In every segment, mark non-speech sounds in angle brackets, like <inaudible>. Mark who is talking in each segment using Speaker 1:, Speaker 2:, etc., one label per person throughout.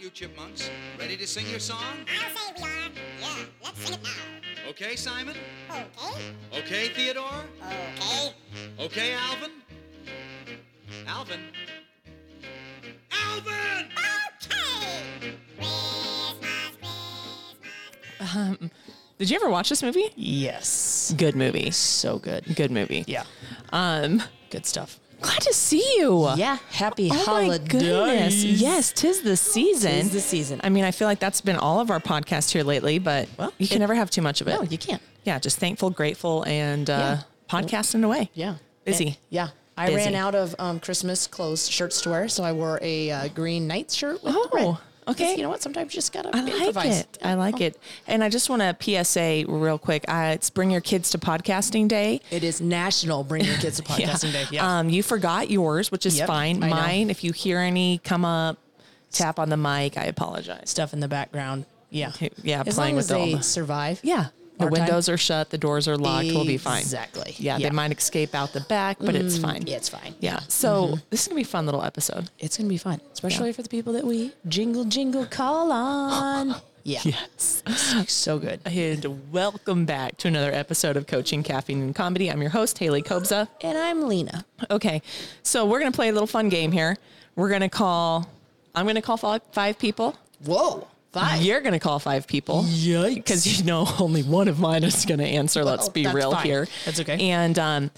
Speaker 1: you chipmunks? Ready to sing your song?
Speaker 2: I'll say we are. Yeah, let's sing it now.
Speaker 1: Okay, Simon?
Speaker 2: Okay,
Speaker 1: Okay, Theodore?
Speaker 2: okay.
Speaker 1: Okay, Alvin? Alvin? Alvin!
Speaker 2: Okay! Christmas,
Speaker 3: Did you ever watch this movie?
Speaker 4: Yes.
Speaker 3: Good movie.
Speaker 4: So good.
Speaker 3: Good movie.
Speaker 4: Yeah.
Speaker 3: Um,
Speaker 4: Good stuff.
Speaker 3: glad to see you.
Speaker 4: Yeah. Happy
Speaker 3: Oh my
Speaker 4: holidays.
Speaker 3: goodness. Yes, tis the season.
Speaker 4: Tis the season.
Speaker 3: I mean, I feel like that's been all of our podcast here lately, but
Speaker 4: Well,
Speaker 3: you can
Speaker 4: it-
Speaker 3: never have too much of it.
Speaker 4: No, you can't.
Speaker 3: Yeah, just thankful, grateful, and uh,
Speaker 4: Yeah.
Speaker 3: podcasting away.
Speaker 4: Yeah.
Speaker 3: Busy.
Speaker 4: Eh, yeah. I
Speaker 3: Busy.
Speaker 4: ran out of um, Christmas clothes shirts to wear, so I wore a uh, green night shirt. With the red.
Speaker 3: Oh,
Speaker 4: 'Cause
Speaker 3: okay.
Speaker 4: You know what? Sometimes you just gotta
Speaker 3: I like
Speaker 4: improvise.
Speaker 3: it. I like it. And I just want to PSA real quick. Uh, it's Bring Your Kids to Podcasting Day.
Speaker 4: It is National Bring Your
Speaker 3: <laughs>
Speaker 4: Kids to Podcasting Day. Yeah.
Speaker 3: Um, you forgot yours, which is
Speaker 4: Yep,
Speaker 3: fine.
Speaker 4: I know.
Speaker 3: Mine, if you hear any come up, tap on the mic. I apologize.
Speaker 4: Stuff in the background. Yeah.
Speaker 3: Okay, yeah,
Speaker 4: As
Speaker 3: playing
Speaker 4: long
Speaker 3: with
Speaker 4: as they
Speaker 3: all the-
Speaker 4: survive.
Speaker 3: Yeah. The
Speaker 4: Our time.
Speaker 3: windows are shut, the doors are locked, we'll be fine.
Speaker 4: Exactly.
Speaker 3: Yeah,
Speaker 4: Yeah. Mm,
Speaker 3: they might escape out the back, but it's fine.
Speaker 4: yeah, Mm-hmm. it's fine.
Speaker 3: Yeah. So this is gonna be a fun little episode.
Speaker 4: It's gonna be fun, especially for the people that we jingle jingle
Speaker 3: <laughs>
Speaker 4: call on. yeah.
Speaker 3: Yes.
Speaker 4: So good.
Speaker 3: <laughs> And welcome back to another episode of Coaching Caffeine and Comedy. I'm your host, Haley Kobza.
Speaker 4: And I'm Lena.
Speaker 3: Okay. So we're gonna play a little fun game here. We're gonna call I'm gonna call fi- five people.
Speaker 4: Whoa. Five.
Speaker 3: You're gonna call five people. because <laughs> you know only one of mine is going to answer. Let's
Speaker 4: Well,
Speaker 3: be
Speaker 4: that's
Speaker 3: real
Speaker 4: fine.
Speaker 3: here.
Speaker 4: That's okay.
Speaker 3: And um,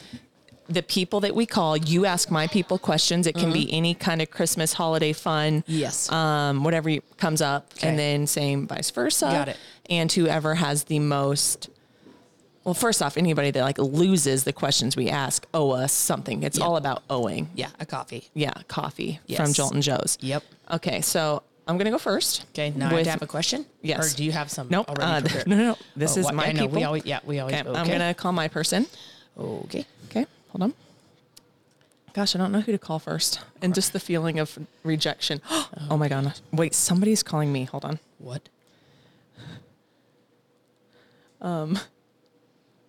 Speaker 3: the people that we call, you ask my people questions. It can be any kind of Christmas holiday fun.
Speaker 4: Mm-hmm. Yes.
Speaker 3: Um, whatever you- comes up,
Speaker 4: Okay.
Speaker 3: and then same vice versa.
Speaker 4: Got it.
Speaker 3: And whoever has the most. Well, first off, anybody that like loses the questions we ask owe us something. It's all about owing.
Speaker 4: yeah, a coffee.
Speaker 3: Yeah, coffee from
Speaker 4: Yes.
Speaker 3: Jolton Joe's.
Speaker 4: Yep.
Speaker 3: Okay, so I'm gonna go first.
Speaker 4: Okay, now I have
Speaker 3: with-
Speaker 4: to have a question.
Speaker 3: Yes.
Speaker 4: Or do you have some?
Speaker 3: Nope.
Speaker 4: Already
Speaker 3: Uh,
Speaker 4: <laughs> prepared?
Speaker 3: no, no, no. This
Speaker 4: Oh,
Speaker 3: is
Speaker 4: what-
Speaker 3: my
Speaker 4: I know.
Speaker 3: people.
Speaker 4: We always, yeah, we always.
Speaker 3: Okay,
Speaker 4: Okay.
Speaker 3: I'm gonna call my person.
Speaker 4: Okay.
Speaker 3: Okay, hold on. Gosh, I don't know who to call first, and just the feeling of rejection. <gasps> oh my god! Wait, somebody's calling me. Hold on.
Speaker 4: What?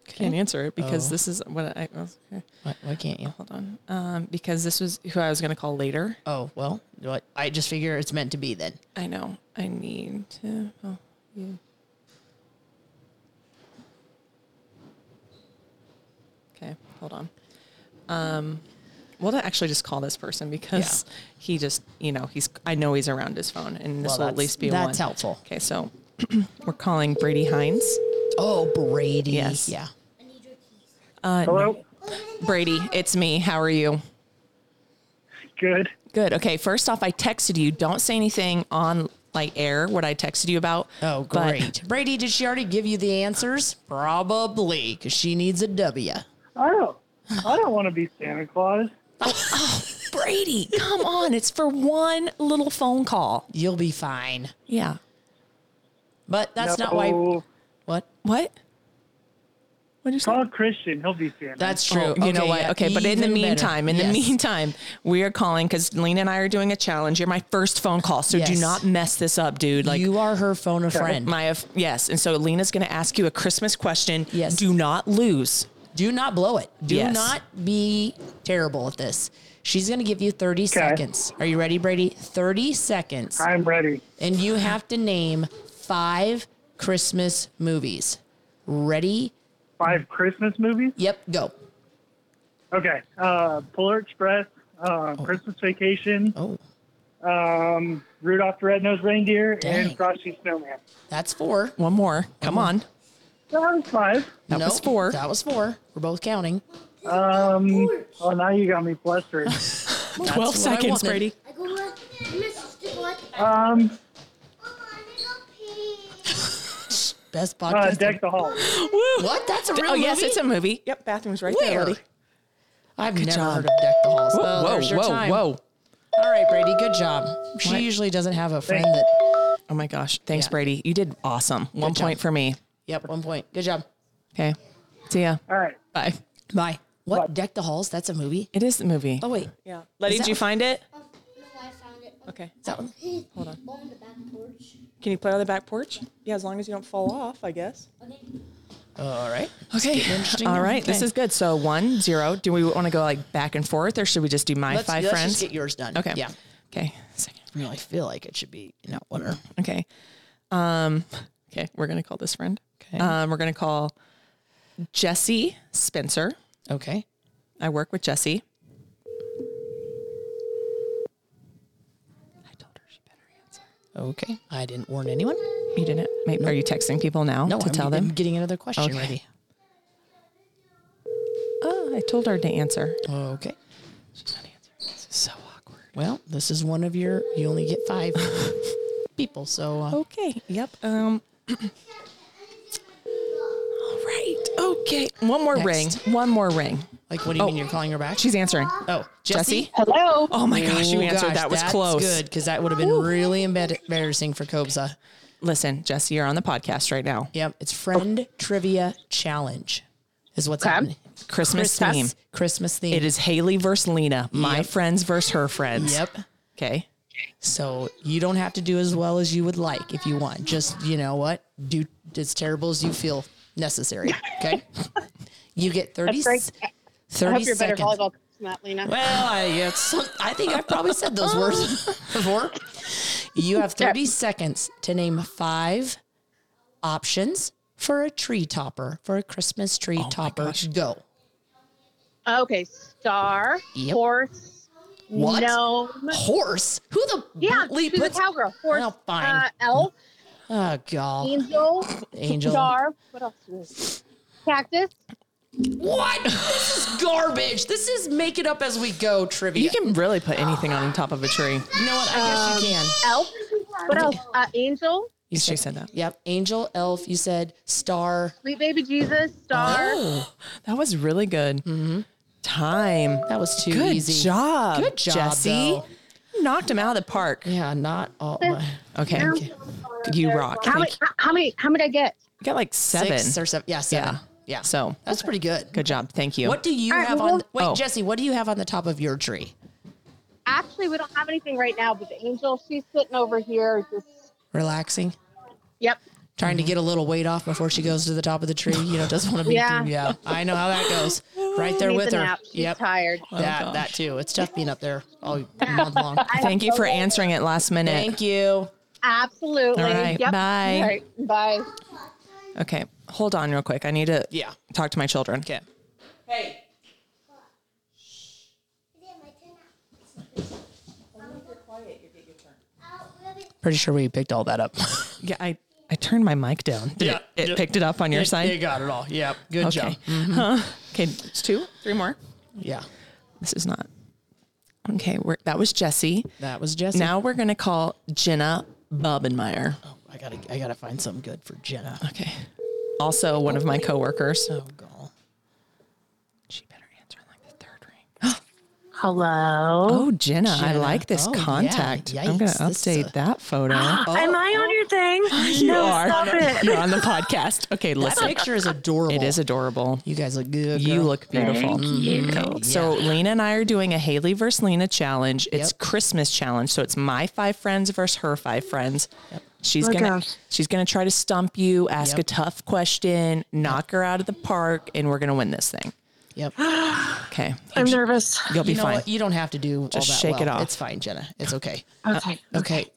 Speaker 3: Can't answer it because
Speaker 4: Oh.
Speaker 3: this is what I. Okay,
Speaker 4: Why, why can't you?
Speaker 3: hold on. Um, because this was who I was gonna call later.
Speaker 4: Oh well. What? I just figure it's meant to be then.
Speaker 3: I know. I need to. Oh, you. Okay, hold on. Um, we'll actually just call this person because he just, you know, he's. I know he's around his phone, and this
Speaker 4: Well,
Speaker 3: will at
Speaker 4: that's-
Speaker 3: least be one.
Speaker 4: that's helpful.
Speaker 3: Okay, so <clears throat> we're calling Brady Hines.
Speaker 4: Oh, Brady.
Speaker 3: Yes.
Speaker 4: Yeah.
Speaker 5: Hello.
Speaker 3: Brady, it's me. How are you?
Speaker 5: Good.
Speaker 3: Good. Okay. First off, I texted you. Don't say anything on like air. What I texted you about.
Speaker 4: Oh,
Speaker 3: but-
Speaker 4: great. Brady, did she already give you the answers? Probably, because she needs a W.
Speaker 5: I don't. I don't want to be Santa Claus.
Speaker 3: Brady, come on. It's for one little phone call.
Speaker 4: <laughs> You'll be fine.
Speaker 3: Yeah.
Speaker 4: But that's not why.
Speaker 5: No.
Speaker 4: What?
Speaker 3: What? What did you say?
Speaker 5: Call Christian. He'll be Santa.
Speaker 4: That's true.
Speaker 3: Oh, you know what?
Speaker 4: yeah,
Speaker 3: okay, but in the
Speaker 4: even better.
Speaker 3: meantime, in
Speaker 4: Yes.
Speaker 3: the meantime, we are calling because Lena and I are doing a challenge. You're my first phone call, so do
Speaker 4: Yes.
Speaker 3: not mess this up, dude. Like
Speaker 4: you are her phone a friend.
Speaker 3: my yes, and so Lena's going to ask you a Christmas question.
Speaker 4: Yes.
Speaker 3: do not lose.
Speaker 4: Do not blow it. Do
Speaker 3: Yes.
Speaker 4: not be terrible at this. She's going to give you 30 seconds. Are you ready, Brady? 30 seconds.
Speaker 5: I'm ready.
Speaker 4: And you have to name five Christmas movies. Ready?
Speaker 5: Five Christmas movies.
Speaker 4: Yep, go.
Speaker 5: Okay. Uh, Polar Express. Uh, Christmas Vacation.
Speaker 4: Oh,
Speaker 5: Um, Rudolph the Red-Nosed Reindeer
Speaker 4: Dang.
Speaker 5: and Frosty Snowman.
Speaker 4: that's four.
Speaker 3: One more. Come on.
Speaker 5: That was five.
Speaker 4: That
Speaker 3: was four.
Speaker 4: That was four. We're both counting.
Speaker 5: Um, oh, now you got me
Speaker 4: <laughs>
Speaker 5: flustered.
Speaker 3: Twelve
Speaker 4: what I
Speaker 3: seconds,
Speaker 4: wanted.
Speaker 3: Brady.
Speaker 6: I go left, I miss the what?
Speaker 5: Um,
Speaker 4: Best
Speaker 5: uh,
Speaker 4: podcast.
Speaker 5: Deck the Hall.
Speaker 3: Woo.
Speaker 4: What? That's a real
Speaker 3: Oh yes,
Speaker 4: movie?
Speaker 3: it's a movie. Yep, bathroom's right there.
Speaker 4: Where?
Speaker 3: buddy.
Speaker 4: I've never
Speaker 3: job.
Speaker 4: heard of Deck the Halls.
Speaker 3: Whoa,
Speaker 4: oh, there's
Speaker 3: whoa,
Speaker 4: your
Speaker 3: whoa,
Speaker 4: time.
Speaker 3: whoa.
Speaker 4: All right, Brady, good job. She usually doesn't have a friend that.
Speaker 3: Oh my gosh. Thanks,
Speaker 4: Yeah.
Speaker 3: Brady. You did awesome. One
Speaker 4: job.
Speaker 3: point for me.
Speaker 4: Yep, one point. Good job.
Speaker 3: Okay. See ya.
Speaker 5: All right.
Speaker 3: Bye.
Speaker 4: Bye. What? Deck the Halls? That's a movie?
Speaker 3: It is the movie.
Speaker 4: Oh, wait.
Speaker 3: yeah. Letty,
Speaker 4: Is
Speaker 3: did
Speaker 4: that-
Speaker 3: you find it?
Speaker 6: I found it.
Speaker 3: Okay.
Speaker 4: Is that one?
Speaker 6: Hold on. On the back porch.
Speaker 3: Can you play on the back porch? Yeah, as long as you don't fall off, I guess.
Speaker 6: Okay.
Speaker 4: Uh, All right.
Speaker 3: Okay.
Speaker 4: interesting
Speaker 3: All
Speaker 4: now.
Speaker 3: right. This
Speaker 4: Okay.
Speaker 3: is good. So one, zero. Do we want to go like back and forth or should we just do my
Speaker 4: Let's,
Speaker 3: 5
Speaker 4: let's
Speaker 3: friends?
Speaker 4: just get yours done.
Speaker 3: okay.
Speaker 4: Yeah.
Speaker 3: Okay. Second.
Speaker 4: really feel like it should be, you know, whatever.
Speaker 3: Okay. Um, okay, we're gonna call this friend.
Speaker 4: Okay.
Speaker 3: Um, we're gonna call Jesse Spencer.
Speaker 4: Okay.
Speaker 3: I work with Jesse. I told her she better answer.
Speaker 4: Okay. I didn't warn anyone.
Speaker 3: You didn't. Maybe, Are you texting people now
Speaker 4: No,
Speaker 3: to
Speaker 4: I'm,
Speaker 3: tell
Speaker 4: I'm
Speaker 3: them?
Speaker 4: getting another question
Speaker 3: Okay.
Speaker 4: ready.
Speaker 3: Oh, I told her to answer.
Speaker 4: Okay.
Speaker 3: She's not answering. This is so awkward.
Speaker 4: Well, this is one of your. You only get
Speaker 3: <laughs>
Speaker 4: five people, so uh,
Speaker 3: Okay. Yep. Um. <clears throat> all right. Okay. One more
Speaker 4: Next.
Speaker 3: ring. One more ring.
Speaker 4: like, what do you mean you're calling her back?
Speaker 3: She's answering.
Speaker 4: oh,
Speaker 3: Oh. Jesse.
Speaker 4: Jesse.
Speaker 7: Hello.
Speaker 3: Oh my gosh, you
Speaker 4: Oh,
Speaker 3: answered.
Speaker 4: gosh,
Speaker 3: that was
Speaker 4: that's
Speaker 3: close.
Speaker 4: Good, because that would have been really embar- embarrassing for Kobza.
Speaker 3: Listen, Jesse, you're on the podcast right now.
Speaker 4: Yep, it's friend trivia challenge, is what's
Speaker 7: Okay.
Speaker 4: happening.
Speaker 3: Christmas,
Speaker 4: Christmas
Speaker 3: theme.
Speaker 4: Christmas theme.
Speaker 3: It is Haley versus Lena. My friends versus her friends.
Speaker 4: Yep.
Speaker 3: Okay.
Speaker 4: So you don't have to do as well as you would like if you want. Just you know what, do as terrible as you feel
Speaker 7: <laughs>
Speaker 4: necessary. Okay. you get thirty.
Speaker 7: That's great. I
Speaker 4: 30
Speaker 7: hope you're a better
Speaker 4: seconds.
Speaker 7: volleyball coach than that, Lena.
Speaker 4: Well, I, it's some, I think I've probably said those
Speaker 7: <laughs>
Speaker 4: words before. You have 30 seconds to name five options for a tree topper, for a Christmas
Speaker 7: Oh
Speaker 4: tree topper. Go.
Speaker 7: Okay, star,
Speaker 4: Yep.
Speaker 7: horse,
Speaker 4: What?
Speaker 7: gnome.
Speaker 4: Horse? Who the
Speaker 7: Yeah,
Speaker 4: bleep
Speaker 7: she's a
Speaker 4: puts-
Speaker 7: cowgirl. Horse,
Speaker 4: Oh, fine.
Speaker 7: Uh, elf,
Speaker 4: Oh, God.
Speaker 7: angel,
Speaker 4: Angel.
Speaker 7: star. What else is there? Cactus.
Speaker 4: What? This is garbage. This is make it up as we go trivia.
Speaker 3: You can really put anything on top of a tree.
Speaker 4: You know what? I guess
Speaker 3: Um,
Speaker 4: you can.
Speaker 7: Elf. What else? Uh, angel,
Speaker 4: You
Speaker 3: She said that.
Speaker 4: Yep. Angel, elf. You said star.
Speaker 7: sweet baby Jesus, star.
Speaker 4: Oh,
Speaker 3: That was really good. Time.
Speaker 4: that was Mm-hmm. too
Speaker 3: Good
Speaker 4: easy.
Speaker 3: job.
Speaker 4: Good job,
Speaker 3: Jesse.
Speaker 4: though.
Speaker 3: You knocked him out of the park.
Speaker 4: Yeah, not all. My-
Speaker 3: Okay. You rock.
Speaker 7: How many?
Speaker 3: Thank
Speaker 7: How, how many? How many I get?
Speaker 3: You got like seven.
Speaker 4: six or seven. Yeah, seven.
Speaker 3: Yeah.
Speaker 4: Yeah.
Speaker 3: So
Speaker 4: that's pretty good.
Speaker 3: good job. Thank you.
Speaker 4: What do you
Speaker 7: All right,
Speaker 4: have
Speaker 7: well,
Speaker 4: on? Wait,
Speaker 3: oh.
Speaker 4: Jesse, what do you have on the top of your tree?
Speaker 7: Actually, we don't have anything right now. But the angel, she's sitting over here. Just
Speaker 4: Relaxing,
Speaker 7: yep.
Speaker 4: trying to get a little weight off before she goes to the top of the tree. You know, doesn't want to be.
Speaker 7: Yeah.
Speaker 4: yeah. I know how that goes. Right there
Speaker 7: Needs
Speaker 4: with
Speaker 7: a
Speaker 4: her.
Speaker 7: nap. She's
Speaker 4: yep.
Speaker 7: tired.
Speaker 3: Oh,
Speaker 4: that that too. It's tough being up there all month long.
Speaker 3: Thank you for answering it last minute.
Speaker 4: Thank you.
Speaker 7: Absolutely.
Speaker 3: All right,
Speaker 7: Yep.
Speaker 3: bye.
Speaker 7: All right. Bye.
Speaker 3: Okay. Hold on real quick. I need to
Speaker 4: Yeah.
Speaker 3: talk to my children.
Speaker 4: Okay. Pretty sure we picked all that up.
Speaker 3: Yeah, I, I turned my mic down. Did
Speaker 4: Yeah.
Speaker 3: it, it picked it up on your side?
Speaker 4: you got it all. Yep. Good job.
Speaker 3: Okay. Mm-hmm. Huh. Okay, it's two, three more.
Speaker 4: Yeah.
Speaker 3: This is not. Okay, we're, that was Jesse.
Speaker 4: That was Jesse.
Speaker 3: Now we're going to call Jenna Bobenmeyer.
Speaker 4: I gotta I gotta find something good for Jenna.
Speaker 3: Okay. Also, one of my coworkers.
Speaker 4: Oh god.
Speaker 3: She better answer like the third ring.
Speaker 8: <gasps> Hello.
Speaker 3: Oh, Jenna, I
Speaker 4: Jenna.
Speaker 3: like this
Speaker 4: Oh, yeah.
Speaker 3: contact. I'm going to
Speaker 4: Yikes, this uh, Oh. is
Speaker 3: update
Speaker 4: a-
Speaker 3: that
Speaker 4: <gasps>
Speaker 3: photo.
Speaker 8: Am I on your thing?
Speaker 3: <gasps> you
Speaker 8: no,
Speaker 3: are.
Speaker 8: stop it.
Speaker 3: You're on the podcast. Okay,
Speaker 4: That
Speaker 3: listen.
Speaker 4: picture is adorable.
Speaker 3: It is adorable.
Speaker 4: You guys look good.
Speaker 3: You
Speaker 4: girl.
Speaker 3: look beautiful. Mm-hmm. So Lena and I are doing a Haley versus Lena challenge. It's
Speaker 4: Yep.
Speaker 3: Christmas challenge. So it's my five friends versus her five friends. She's
Speaker 8: Look
Speaker 3: gonna
Speaker 8: out.
Speaker 3: she's gonna try to stump you, ask
Speaker 4: Yep.
Speaker 3: a tough question, knock her out of the park, and we're gonna win this thing.
Speaker 4: Yep.
Speaker 3: <gasps> Okay.
Speaker 8: I'm nervous.
Speaker 3: You'll be
Speaker 4: you know
Speaker 3: fine.
Speaker 4: what? You don't have to do
Speaker 3: Just
Speaker 4: all that
Speaker 3: shake
Speaker 4: well.
Speaker 3: it off.
Speaker 4: It's fine, Jenna. It's okay.
Speaker 8: Okay.
Speaker 4: Okay.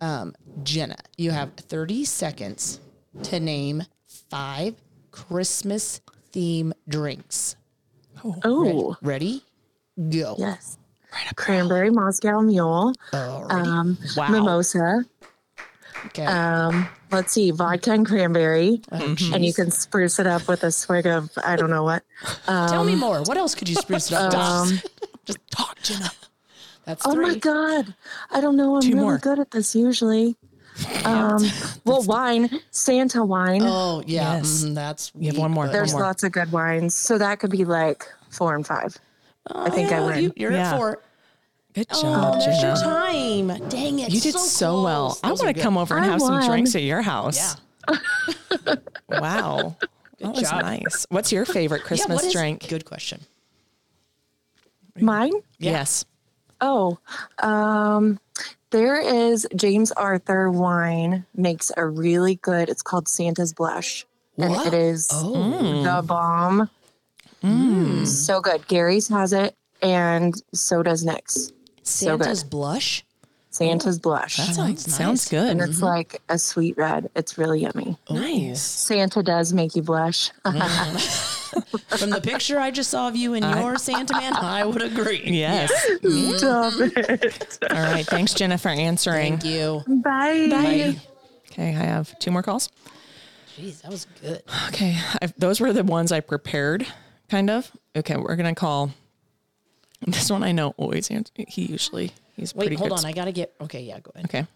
Speaker 4: Um, Jenna, you have 30 seconds to name five Christmas theme drinks.
Speaker 8: Oh,
Speaker 4: Ready? Go.
Speaker 8: yes. Cranberry Moscow Mule.
Speaker 4: Alrighty.
Speaker 8: Um,
Speaker 3: Wow.
Speaker 8: Mimosa.
Speaker 4: okay.
Speaker 8: Um, let's see, vodka and cranberry.
Speaker 4: Oh, geez.
Speaker 8: And you can spruce it up with a swig of I don't know what. Um,
Speaker 4: Tell me more. What else could you spruce it up?
Speaker 8: um,
Speaker 4: Just- Just talk, Jenna. That's
Speaker 8: Oh
Speaker 4: three.
Speaker 8: my god. I don't know. I'm
Speaker 3: Two
Speaker 8: really
Speaker 3: more.
Speaker 8: good at this usually. Um, well, wine, Santa wine.
Speaker 4: Oh yeah,
Speaker 3: Yes.
Speaker 4: mhm, that's
Speaker 3: You have one more,
Speaker 8: There's
Speaker 3: one more.
Speaker 8: lots of good wines. So that could be like four and five. I think I win.
Speaker 4: Oh, You, you're
Speaker 3: Yeah.
Speaker 4: at four.
Speaker 3: Good job,
Speaker 4: Oh, there's your
Speaker 3: Jenna.
Speaker 4: time. Dang it!
Speaker 3: You did so, well. I want to come over and
Speaker 8: I
Speaker 3: have some
Speaker 8: won.
Speaker 3: drinks at your house.
Speaker 4: Yeah. <laughs>
Speaker 3: Wow. that was
Speaker 4: job.
Speaker 3: nice. What's your favorite
Speaker 4: Yeah, what
Speaker 3: Christmas
Speaker 4: is-
Speaker 3: drink?
Speaker 4: Good question.
Speaker 8: Mine?
Speaker 3: Yes.
Speaker 8: Oh, um, there is James Arthur wine makes a really good. It's called Santa's Blush, and
Speaker 4: What?
Speaker 8: it is the bomb. So good. Gary's has it, and so does Nick's. So good.
Speaker 4: Santa's blush.
Speaker 8: Santa's blush.
Speaker 4: That
Speaker 3: Sounds,
Speaker 4: sounds
Speaker 3: sounds
Speaker 4: nice.
Speaker 3: good.
Speaker 8: and it's like a sweet red. It's really yummy.
Speaker 4: Oh.
Speaker 3: nice.
Speaker 8: Santa does make you blush. <laughs>
Speaker 4: From the picture I just saw of you in
Speaker 3: <laughs> I-
Speaker 4: your Santa man, I
Speaker 3: <laughs>
Speaker 4: would agree.
Speaker 3: <laughs> Yes.
Speaker 8: Stop it.
Speaker 3: All right. Thanks, Jenna, for answering.
Speaker 4: Thank you.
Speaker 8: Bye.
Speaker 4: Bye.
Speaker 3: Okay, I have two more calls.
Speaker 4: Jeez, that was
Speaker 9: <laughs>
Speaker 4: good.
Speaker 3: Okay, i those were the ones I prepared, kind of. Okay, we're gonna call <laughs> this one. I know always ans- he usually he's
Speaker 4: Wait,
Speaker 3: pretty
Speaker 4: hold
Speaker 3: good.
Speaker 4: on. I gotta get. Okay, yeah, go ahead.
Speaker 3: Okay,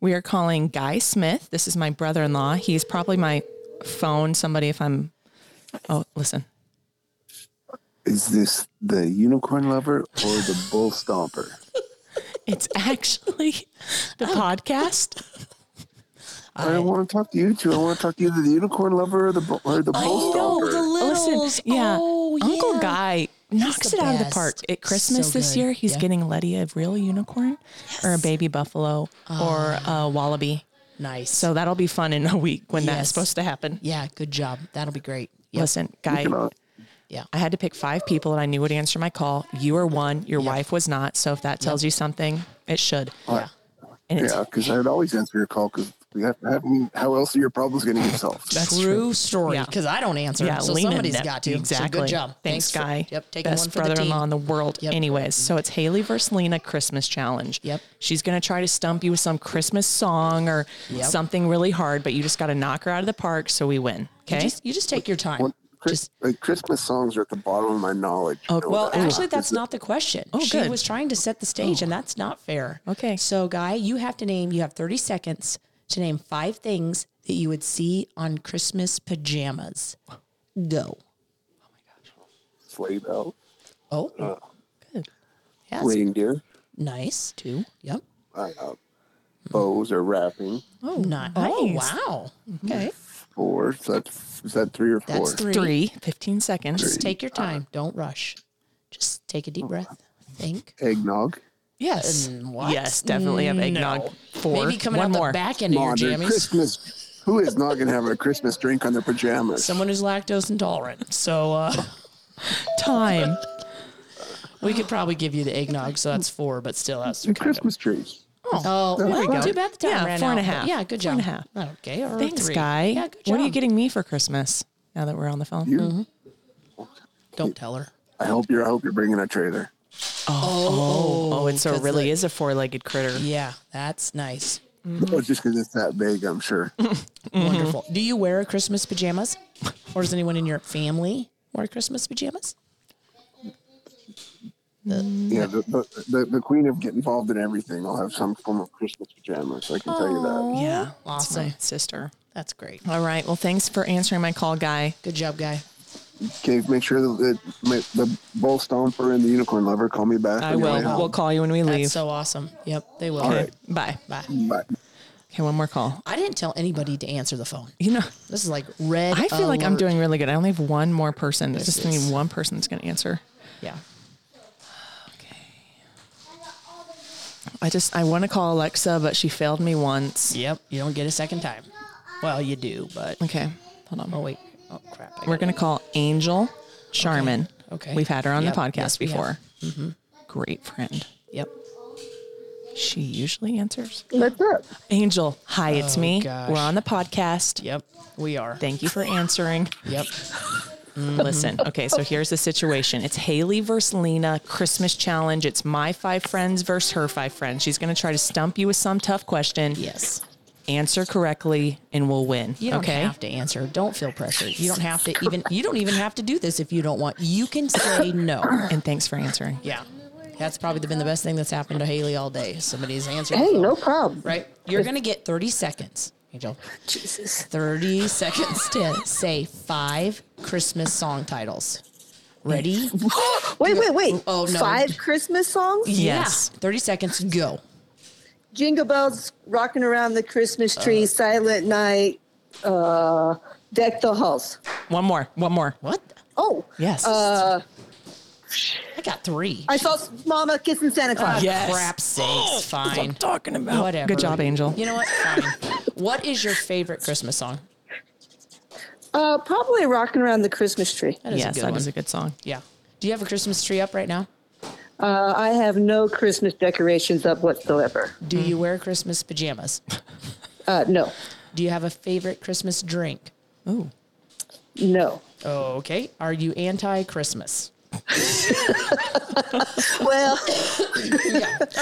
Speaker 3: we are calling Guy Smith. This is my brother-in-law. He's probably my phone somebody if I'm. Oh, listen.
Speaker 9: Is this the unicorn lover or the bull stomper?
Speaker 3: It's <laughs> actually Oh. the podcast.
Speaker 9: I don't want to talk to you two. I want to talk to either the unicorn lover or the bull, or the bull stomper.
Speaker 3: Listen, yeah,
Speaker 4: Oh,
Speaker 3: Uncle
Speaker 4: yeah.
Speaker 3: Guy knocks
Speaker 4: the
Speaker 3: it out of the
Speaker 4: best.
Speaker 3: park. At Christmas
Speaker 4: So
Speaker 3: this
Speaker 4: good.
Speaker 3: year, he's
Speaker 4: Yeah.
Speaker 3: getting Letty a real unicorn or a baby buffalo or a wallaby.
Speaker 4: Nice.
Speaker 3: So that'll be fun in a week when that's
Speaker 4: Ah. Yes.
Speaker 3: supposed to happen.
Speaker 4: yeah, good job. That'll be great. Yep.
Speaker 3: Listen, guy,
Speaker 9: Uh,
Speaker 3: I had to pick five people and I knew would answer my call. You were one, your wife was not. So if that tells you something, it should.
Speaker 9: Yeah.
Speaker 3: And it's
Speaker 9: Yeah, because I'd always answer your call because we have to have how else are your problems going to get solved?
Speaker 3: that's
Speaker 4: true, story
Speaker 3: Yeah.
Speaker 4: because I don't answer.
Speaker 3: Yeah,
Speaker 4: so
Speaker 3: lean in
Speaker 4: somebody's
Speaker 3: that-
Speaker 4: got to. So
Speaker 3: Exactly.
Speaker 4: good job.
Speaker 3: Thanks,
Speaker 4: for-
Speaker 3: guy.
Speaker 4: yep, taking
Speaker 3: Best
Speaker 4: one for the team.
Speaker 3: brother-in-law in the world.
Speaker 4: Yep.
Speaker 3: Anyways, so it's Haley versus Lena Christmas challenge.
Speaker 4: Yep.
Speaker 3: She's gonna try to stump you with some Christmas song or
Speaker 4: Yep.
Speaker 3: something really hard, but you just got to knock her out of the park so we win.
Speaker 4: You
Speaker 3: Okay.
Speaker 4: just, you just take your time.
Speaker 9: One- Chris,
Speaker 4: Just-
Speaker 9: like Christmas songs are at the bottom of my knowledge.
Speaker 3: Oh,
Speaker 9: You know
Speaker 4: Well,
Speaker 9: that.
Speaker 4: actually, that's not the question.
Speaker 3: Oh,
Speaker 4: she
Speaker 3: good.
Speaker 4: was trying to set the stage, and that's not fair.
Speaker 3: Okay.
Speaker 4: So, Guy, you have to name, you have 30 seconds to name five things that you would see on Christmas pajamas. Go.
Speaker 9: sleigh Uh, bell,
Speaker 4: Oh,
Speaker 3: good.
Speaker 4: yes.
Speaker 9: reindeer,
Speaker 4: Nice. Two. Yep.
Speaker 9: uh, uh, bows are wrapping.
Speaker 4: Oh, nice.
Speaker 3: nice.
Speaker 4: Oh, wow. Okay.
Speaker 9: Four. So that's is that three or four?
Speaker 4: That's three.
Speaker 3: Three, 15 seconds.
Speaker 4: Just take your time. Don't rush. Just take a deep breath. Think.
Speaker 9: Eggnog.
Speaker 3: Yes.
Speaker 4: Mm, what?
Speaker 3: Yes, definitely have eggnog. Four.
Speaker 4: Maybe coming
Speaker 3: One
Speaker 4: out
Speaker 3: more.
Speaker 4: the back end of your
Speaker 9: Modern
Speaker 4: jammies.
Speaker 9: Christmas. Who is not going to have a Christmas drink on their pajamas?
Speaker 4: Someone who's lactose intolerant. So,
Speaker 3: <laughs>
Speaker 4: uh,
Speaker 3: Time.
Speaker 4: We could probably give you the eggnog, so that's four, but still that's
Speaker 9: The
Speaker 4: kind of.
Speaker 9: Christmas trees.
Speaker 4: Oh,
Speaker 9: there we
Speaker 4: well,
Speaker 9: go.
Speaker 4: too bad the time
Speaker 3: Yeah,
Speaker 4: ran
Speaker 3: four and
Speaker 4: out,
Speaker 3: a
Speaker 4: but
Speaker 3: half.
Speaker 4: Yeah, good
Speaker 3: Four
Speaker 4: job.
Speaker 3: and a half.
Speaker 4: Okay, or
Speaker 3: Thanks,
Speaker 4: three.
Speaker 3: guy.
Speaker 4: Yeah, good job.
Speaker 3: What are you getting me for Christmas? Now that we're on the phone.
Speaker 9: You,
Speaker 4: Don't tell her.
Speaker 9: I hope you're. I hope you're bringing a trailer.
Speaker 3: Oh, it so
Speaker 4: 'cause
Speaker 3: really
Speaker 4: the-
Speaker 3: is a four-legged critter.
Speaker 4: Yeah, that's nice.
Speaker 9: No, it's just because it's that big. I'm sure.
Speaker 4: Wonderful.
Speaker 9: <laughs>
Speaker 4: Do you wear Christmas pajamas, or does anyone in your family wear Christmas pajamas?
Speaker 9: Yeah, the, the, the, the queen of get involved in everything. I'll have some form of Christmas pajamas. I can tell you that.
Speaker 3: Yeah,
Speaker 4: Awesome.
Speaker 3: It's my sister.
Speaker 4: That's great.
Speaker 3: All right. Well, thanks for answering my call, Guy.
Speaker 4: Good job, guy.
Speaker 9: Okay, make sure that the, my- the bull stomper and the unicorn lover call me back.
Speaker 3: I
Speaker 9: on your
Speaker 3: will.
Speaker 9: way home.
Speaker 3: We'll call you when we
Speaker 4: That's
Speaker 3: leave.
Speaker 4: so awesome. Yep, they will.
Speaker 9: All
Speaker 3: okay.
Speaker 9: right.
Speaker 3: Eh, Bye.
Speaker 4: Bye.
Speaker 9: Bye.
Speaker 3: Okay, one more call.
Speaker 4: I didn't tell anybody to answer the phone.
Speaker 3: You know,
Speaker 4: This is like red.
Speaker 3: I feel like I'm
Speaker 4: alert.
Speaker 3: doing really good. I only have one more person. I
Speaker 4: This
Speaker 3: just need
Speaker 4: is-
Speaker 3: one person that's going to answer.
Speaker 4: Yeah.
Speaker 3: I just I want to call Alexa, but she failed me once.
Speaker 4: Yep. You don't get a second time. Well, you do, but
Speaker 3: Okay, hold on.
Speaker 4: oh wait. Oh crap. I
Speaker 3: We're
Speaker 4: gotta-
Speaker 3: going to call Angel Charmin.
Speaker 4: Okay.
Speaker 3: We've had her on
Speaker 4: Yep. Mm-hmm.
Speaker 3: the podcast
Speaker 4: Yes, we have.
Speaker 3: before. Great friend.
Speaker 4: Yep.
Speaker 3: She usually answers.
Speaker 9: That's it.
Speaker 3: Angel, hi, it's
Speaker 4: Oh,
Speaker 3: me.
Speaker 4: gosh.
Speaker 3: We're on the podcast.
Speaker 4: Yep. We are.
Speaker 3: Thank you for answering.
Speaker 4: Yep.
Speaker 3: Listen,
Speaker 4: Mm-hmm.
Speaker 3: okay, so here's the situation. It's Haley versus Lena, Christmas challenge. It's my five friends versus her five friends. She's going to try to stump you with some tough question.
Speaker 4: Yes.
Speaker 3: Answer correctly, and we'll win.
Speaker 4: You don't
Speaker 3: okay?
Speaker 4: have to answer. Don't feel pressured. You don't have to even. You don't even have to do this if you don't want. You can say no.
Speaker 3: And thanks for answering.
Speaker 4: Yeah. That's probably been the best thing that's happened to Haley all day. Somebody's answered.
Speaker 10: Hey, no problem.
Speaker 4: Right. You're gonna get 30 seconds, Angel. Jesus. 30 seconds to say five Christmas song titles. Ready?
Speaker 10: Wait, wait, wait.
Speaker 4: Oh, no.
Speaker 10: Five Christmas songs?
Speaker 3: Yes.
Speaker 4: Yeah. 30 seconds. Go.
Speaker 10: Jingle bells, rocking around the Christmas
Speaker 9: Uh,
Speaker 10: tree, silent night, uh, deck the halls.
Speaker 3: One more. One more.
Speaker 4: What?
Speaker 10: Oh,
Speaker 3: Yes.
Speaker 10: uh,
Speaker 4: I got three.
Speaker 10: I saw Mama kissing Santa Claus.
Speaker 3: yes.
Speaker 4: Crap sakes.
Speaker 3: That's what I'm <laughs>
Speaker 4: Fine.
Speaker 3: talking about.
Speaker 4: Whatever.
Speaker 3: Good job, Angel.
Speaker 4: You know what? Fine. what is your favorite Christmas song?
Speaker 10: Uh, probably rocking around the Christmas tree.
Speaker 4: That is
Speaker 3: yes,
Speaker 4: a
Speaker 3: that is
Speaker 4: good one.
Speaker 3: a good song.
Speaker 4: yeah. Do you have a Christmas tree up right now?
Speaker 10: Uh, I have no Christmas decorations up whatsoever.
Speaker 4: Do you wear Christmas pajamas?
Speaker 10: <laughs> Uh, no,
Speaker 4: Do you have a favorite Christmas drink? Ooh.
Speaker 10: no.
Speaker 4: Okay. Are you anti Christmas? <laughs>
Speaker 10: Well,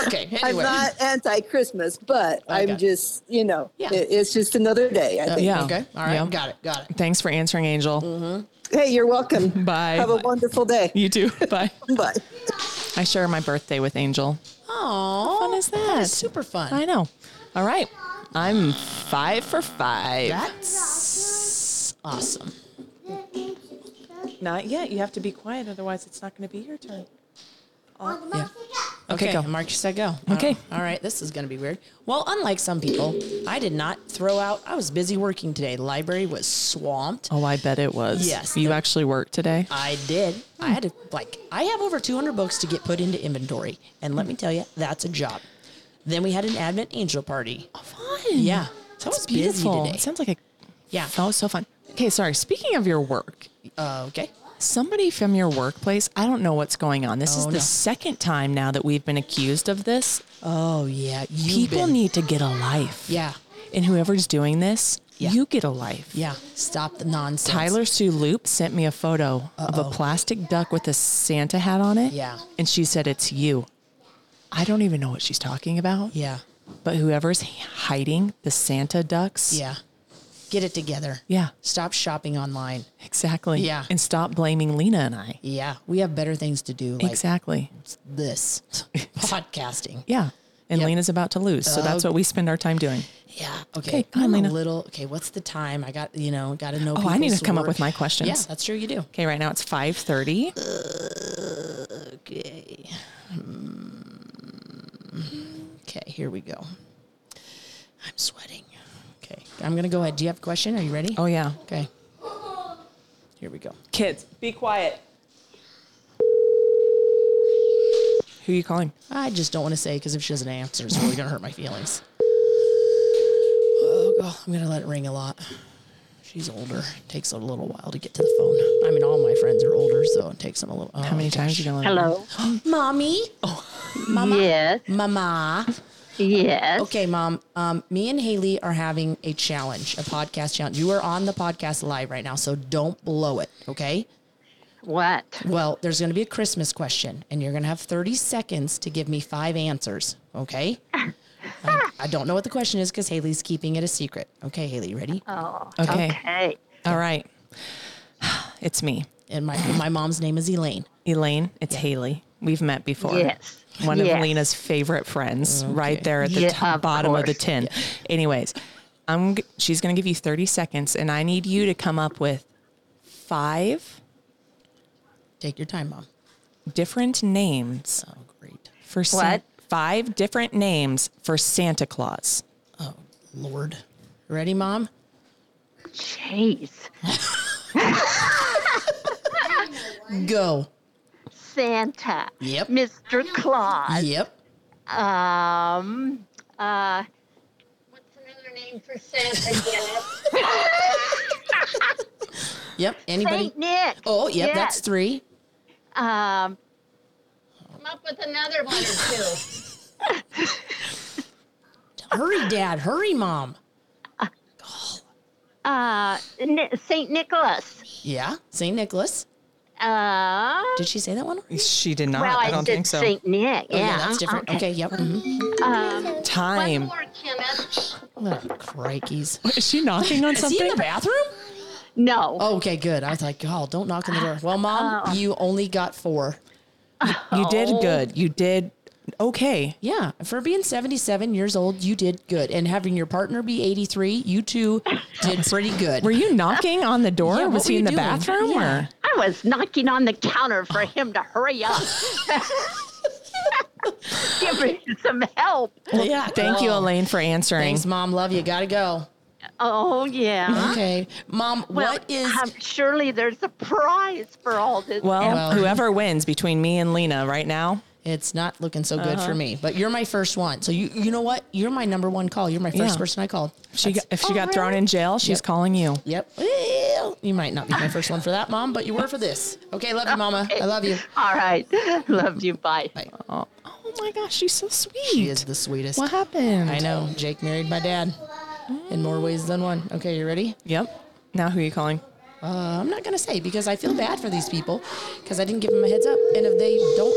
Speaker 4: Okay.
Speaker 10: <laughs> I'm
Speaker 4: Anyway.
Speaker 10: not anti-Christmas, but
Speaker 4: Okay.
Speaker 10: I'm just, you know,
Speaker 4: Yeah.
Speaker 10: it, it's just another day. I think.
Speaker 3: yeah.
Speaker 4: Okay. All right.
Speaker 3: Yeah.
Speaker 4: Got it. Got it.
Speaker 3: Thanks for answering, Angel.
Speaker 4: Mm.
Speaker 10: Hey, you're welcome.
Speaker 3: Bye.
Speaker 10: Have a wonderful day. <laughs>
Speaker 3: You too. Bye.
Speaker 10: Bye.
Speaker 3: I share my birthday with Angel.
Speaker 4: Oh,
Speaker 3: How fun is that?
Speaker 4: super fun.
Speaker 3: I know. All right. I'm five for five.
Speaker 4: That's awesome.
Speaker 3: Not yet. You have to be quiet, otherwise it's not going to be your turn.
Speaker 2: Oh,
Speaker 4: Okay,
Speaker 3: go.
Speaker 4: Mark, you said go. Uh,
Speaker 3: Okay.
Speaker 4: All right, this is going to be weird. Well, unlike some people, I did not throw out. I was busy working today. The library was swamped.
Speaker 3: Oh, I bet it was.
Speaker 4: Yes.
Speaker 3: You actually worked today?
Speaker 4: I did. I had to like I have over 200 books to get put into inventory, and let me tell you, that's a job. Then we had an Advent Angel party.
Speaker 3: Fun.
Speaker 4: Yeah, so
Speaker 3: That
Speaker 4: it's
Speaker 3: was beautiful.
Speaker 4: Busy
Speaker 3: It
Speaker 4: today.
Speaker 3: sounds like a
Speaker 4: Yeah.
Speaker 3: that was so fun. Okay, sorry. Speaking of your work,
Speaker 4: Uh, okay.
Speaker 3: somebody from your workplace, I don't know what's going on. This is
Speaker 4: Oh,
Speaker 3: the
Speaker 4: no.
Speaker 3: second time now that we've been accused of this.
Speaker 4: Oh yeah. You've
Speaker 3: People
Speaker 4: been-
Speaker 3: need to get a life.
Speaker 4: Yeah.
Speaker 3: And whoever's doing this,
Speaker 4: Yeah.
Speaker 3: you get a life.
Speaker 4: Yeah. Stop the nonsense.
Speaker 3: Tyler Sue Loop sent me a photo of a plastic duck with a Santa hat on it.
Speaker 4: Yeah.
Speaker 3: And she said, It's you. I don't even know what she's talking about,
Speaker 4: Yeah.
Speaker 3: but whoever's hiding the Santa ducks.
Speaker 4: Yeah. Get it together.
Speaker 3: Yeah,
Speaker 4: Stop shopping online.
Speaker 3: exactly.
Speaker 4: Yeah.
Speaker 3: And stop blaming Lena and I.
Speaker 4: Yeah. We have better things to do. Like
Speaker 3: exactly.
Speaker 10: <laughs>
Speaker 4: this podcasting.
Speaker 3: Yeah. And
Speaker 4: Yep.
Speaker 3: Lena's about to lose. So that's
Speaker 4: Oh.
Speaker 3: what we spend our time doing.
Speaker 4: Yeah.
Speaker 3: Okay,
Speaker 4: Okay.
Speaker 3: come on,
Speaker 4: I'm
Speaker 3: Lena.
Speaker 4: a little. Okay. What's the time? I got. You know. Got to know.
Speaker 3: Oh, I need
Speaker 4: people's
Speaker 3: to come up
Speaker 4: work.
Speaker 3: with my
Speaker 4: Yeah,
Speaker 3: questions.
Speaker 4: that's true. You do.
Speaker 3: Okay, right now it's 5.30.
Speaker 4: Okay. Okay. Here we go. I'm sweating. Okay. I'm gonna go ahead. Do you have a question? Are you ready?
Speaker 3: Oh, yeah.
Speaker 4: Okay. Here we go.
Speaker 3: Kids, be quiet. Who are you calling?
Speaker 4: I just don't want to say because if she doesn't answer, it's really gonna hurt my feelings. Oh god, I'm gonna let it ring a lot. She's older. Takes a little while to get to the phone. I mean, all my friends are older, so it takes them a little. Oh,
Speaker 3: How many times you going to
Speaker 11: Hello.
Speaker 4: mommy?
Speaker 11: Oh. Yes.
Speaker 4: Mama.
Speaker 11: Yes.
Speaker 4: Okay, mom. Um, me and Haley are having a challenge, a podcast challenge. You are on the podcast live right now, so don't blow it. Okay.
Speaker 11: What?
Speaker 4: Well, there's going to be a Christmas question, and you're going to have 30 seconds to give me five answers. Okay. I, I don't know what the question is because Haley's keeping it a secret. Okay, Haley, you ready?
Speaker 11: Oh.
Speaker 3: Okay.
Speaker 11: Okay.
Speaker 3: All right. <sighs> It's me,
Speaker 4: And my my mom's name is Elaine.
Speaker 3: Elaine. It's Haley. We've met before.
Speaker 11: Yes.
Speaker 3: One
Speaker 11: Yes.
Speaker 3: of Lena's favorite friends, right there at the
Speaker 11: Yeah,
Speaker 3: t-
Speaker 11: of
Speaker 3: bottom of the
Speaker 11: course.
Speaker 3: tin. Anyways, I'm. g- She's going to give you 30 seconds, and I need you to come up with five
Speaker 4: Take your time, mom.
Speaker 3: different names
Speaker 4: Oh, great.
Speaker 3: for Sa-
Speaker 11: What?
Speaker 3: five different names for Santa Claus.
Speaker 4: Lord. Ready, mom?
Speaker 11: Jeez.
Speaker 4: Go.
Speaker 11: Santa.
Speaker 4: Yep.
Speaker 11: Mr. Claus.
Speaker 4: Yep.
Speaker 11: Um. Uh.
Speaker 6: What's another name for Santa Claus?
Speaker 4: Yep. Anybody?
Speaker 11: Saint Nick.
Speaker 4: Oh, yep.
Speaker 11: Yes.
Speaker 4: That's three.
Speaker 11: Um.
Speaker 6: Come up with another one or two.
Speaker 4: Hurry, Dad. Hurry, Mom.
Speaker 11: Uh. Ni- Saint Nicholas.
Speaker 4: Yeah. St. Nicholas.
Speaker 11: Uh.
Speaker 4: Did she say that one?
Speaker 3: She did not.
Speaker 11: well,
Speaker 3: I
Speaker 11: I,
Speaker 3: don't
Speaker 11: said
Speaker 3: think so.
Speaker 11: Saint Nick.
Speaker 4: Oh,
Speaker 11: yeah.
Speaker 12: uh-huh,
Speaker 4: that's different. Okay. yep. mhm.
Speaker 11: Um.
Speaker 3: Time.
Speaker 6: Or chemist.
Speaker 4: Oh, crikes.
Speaker 3: Is she knocking on
Speaker 4: Is he in
Speaker 3: something?
Speaker 4: the bathroom?
Speaker 11: No.
Speaker 4: Okay, good. I was like, oh, don't knock on the door. Well, Mom, you only got four.
Speaker 3: You did good. You did okay.
Speaker 4: Yeah. For being 77 years old, you did good. And having your partner be 83, you two did pretty good.
Speaker 3: Were you knocking on the door?
Speaker 4: Yeah,
Speaker 3: was
Speaker 4: what
Speaker 3: he
Speaker 4: were
Speaker 3: in the
Speaker 4: you doing?
Speaker 3: bathroom?
Speaker 4: Yeah.
Speaker 3: Or?
Speaker 11: I was knocking on the counter for him to hurry up. Give me some help.
Speaker 4: yeah.
Speaker 3: Thank you,
Speaker 4: Oh.
Speaker 3: Elaine, for answering.
Speaker 4: Thanks, Mom. Love you. Gotta go.
Speaker 11: Oh, yeah.
Speaker 4: Okay. Mom,
Speaker 11: Well,
Speaker 4: what is.
Speaker 11: um, surely there's a prize for all this.
Speaker 3: Well,
Speaker 4: Well-
Speaker 3: whoever wins between me and Lena right now,
Speaker 4: It's not looking so good for me, but you're my first one. So you you know what? You're my number one call. You're my first
Speaker 3: Yeah.
Speaker 4: person I called.
Speaker 3: she got, if she
Speaker 11: Oh,
Speaker 3: got thrown
Speaker 11: really?
Speaker 3: in jail, she's
Speaker 4: Yep.
Speaker 3: calling you.
Speaker 4: Yep. Well, You might not be my first one for that, mom, but you were for this. Okay, love you, mama. I love you.
Speaker 11: All right. <laughs> Love you. Bye.
Speaker 4: Oh,
Speaker 3: oh my gosh, she's so sweet.
Speaker 4: She is the sweetest.
Speaker 3: What happened?
Speaker 4: I know. Jake married my dad in more ways than one. Okay, you ready?
Speaker 3: Yep. Now who are you calling?
Speaker 4: Uh, I'm not going to say because I feel bad for these people because I didn't give them a heads up. And if they don't.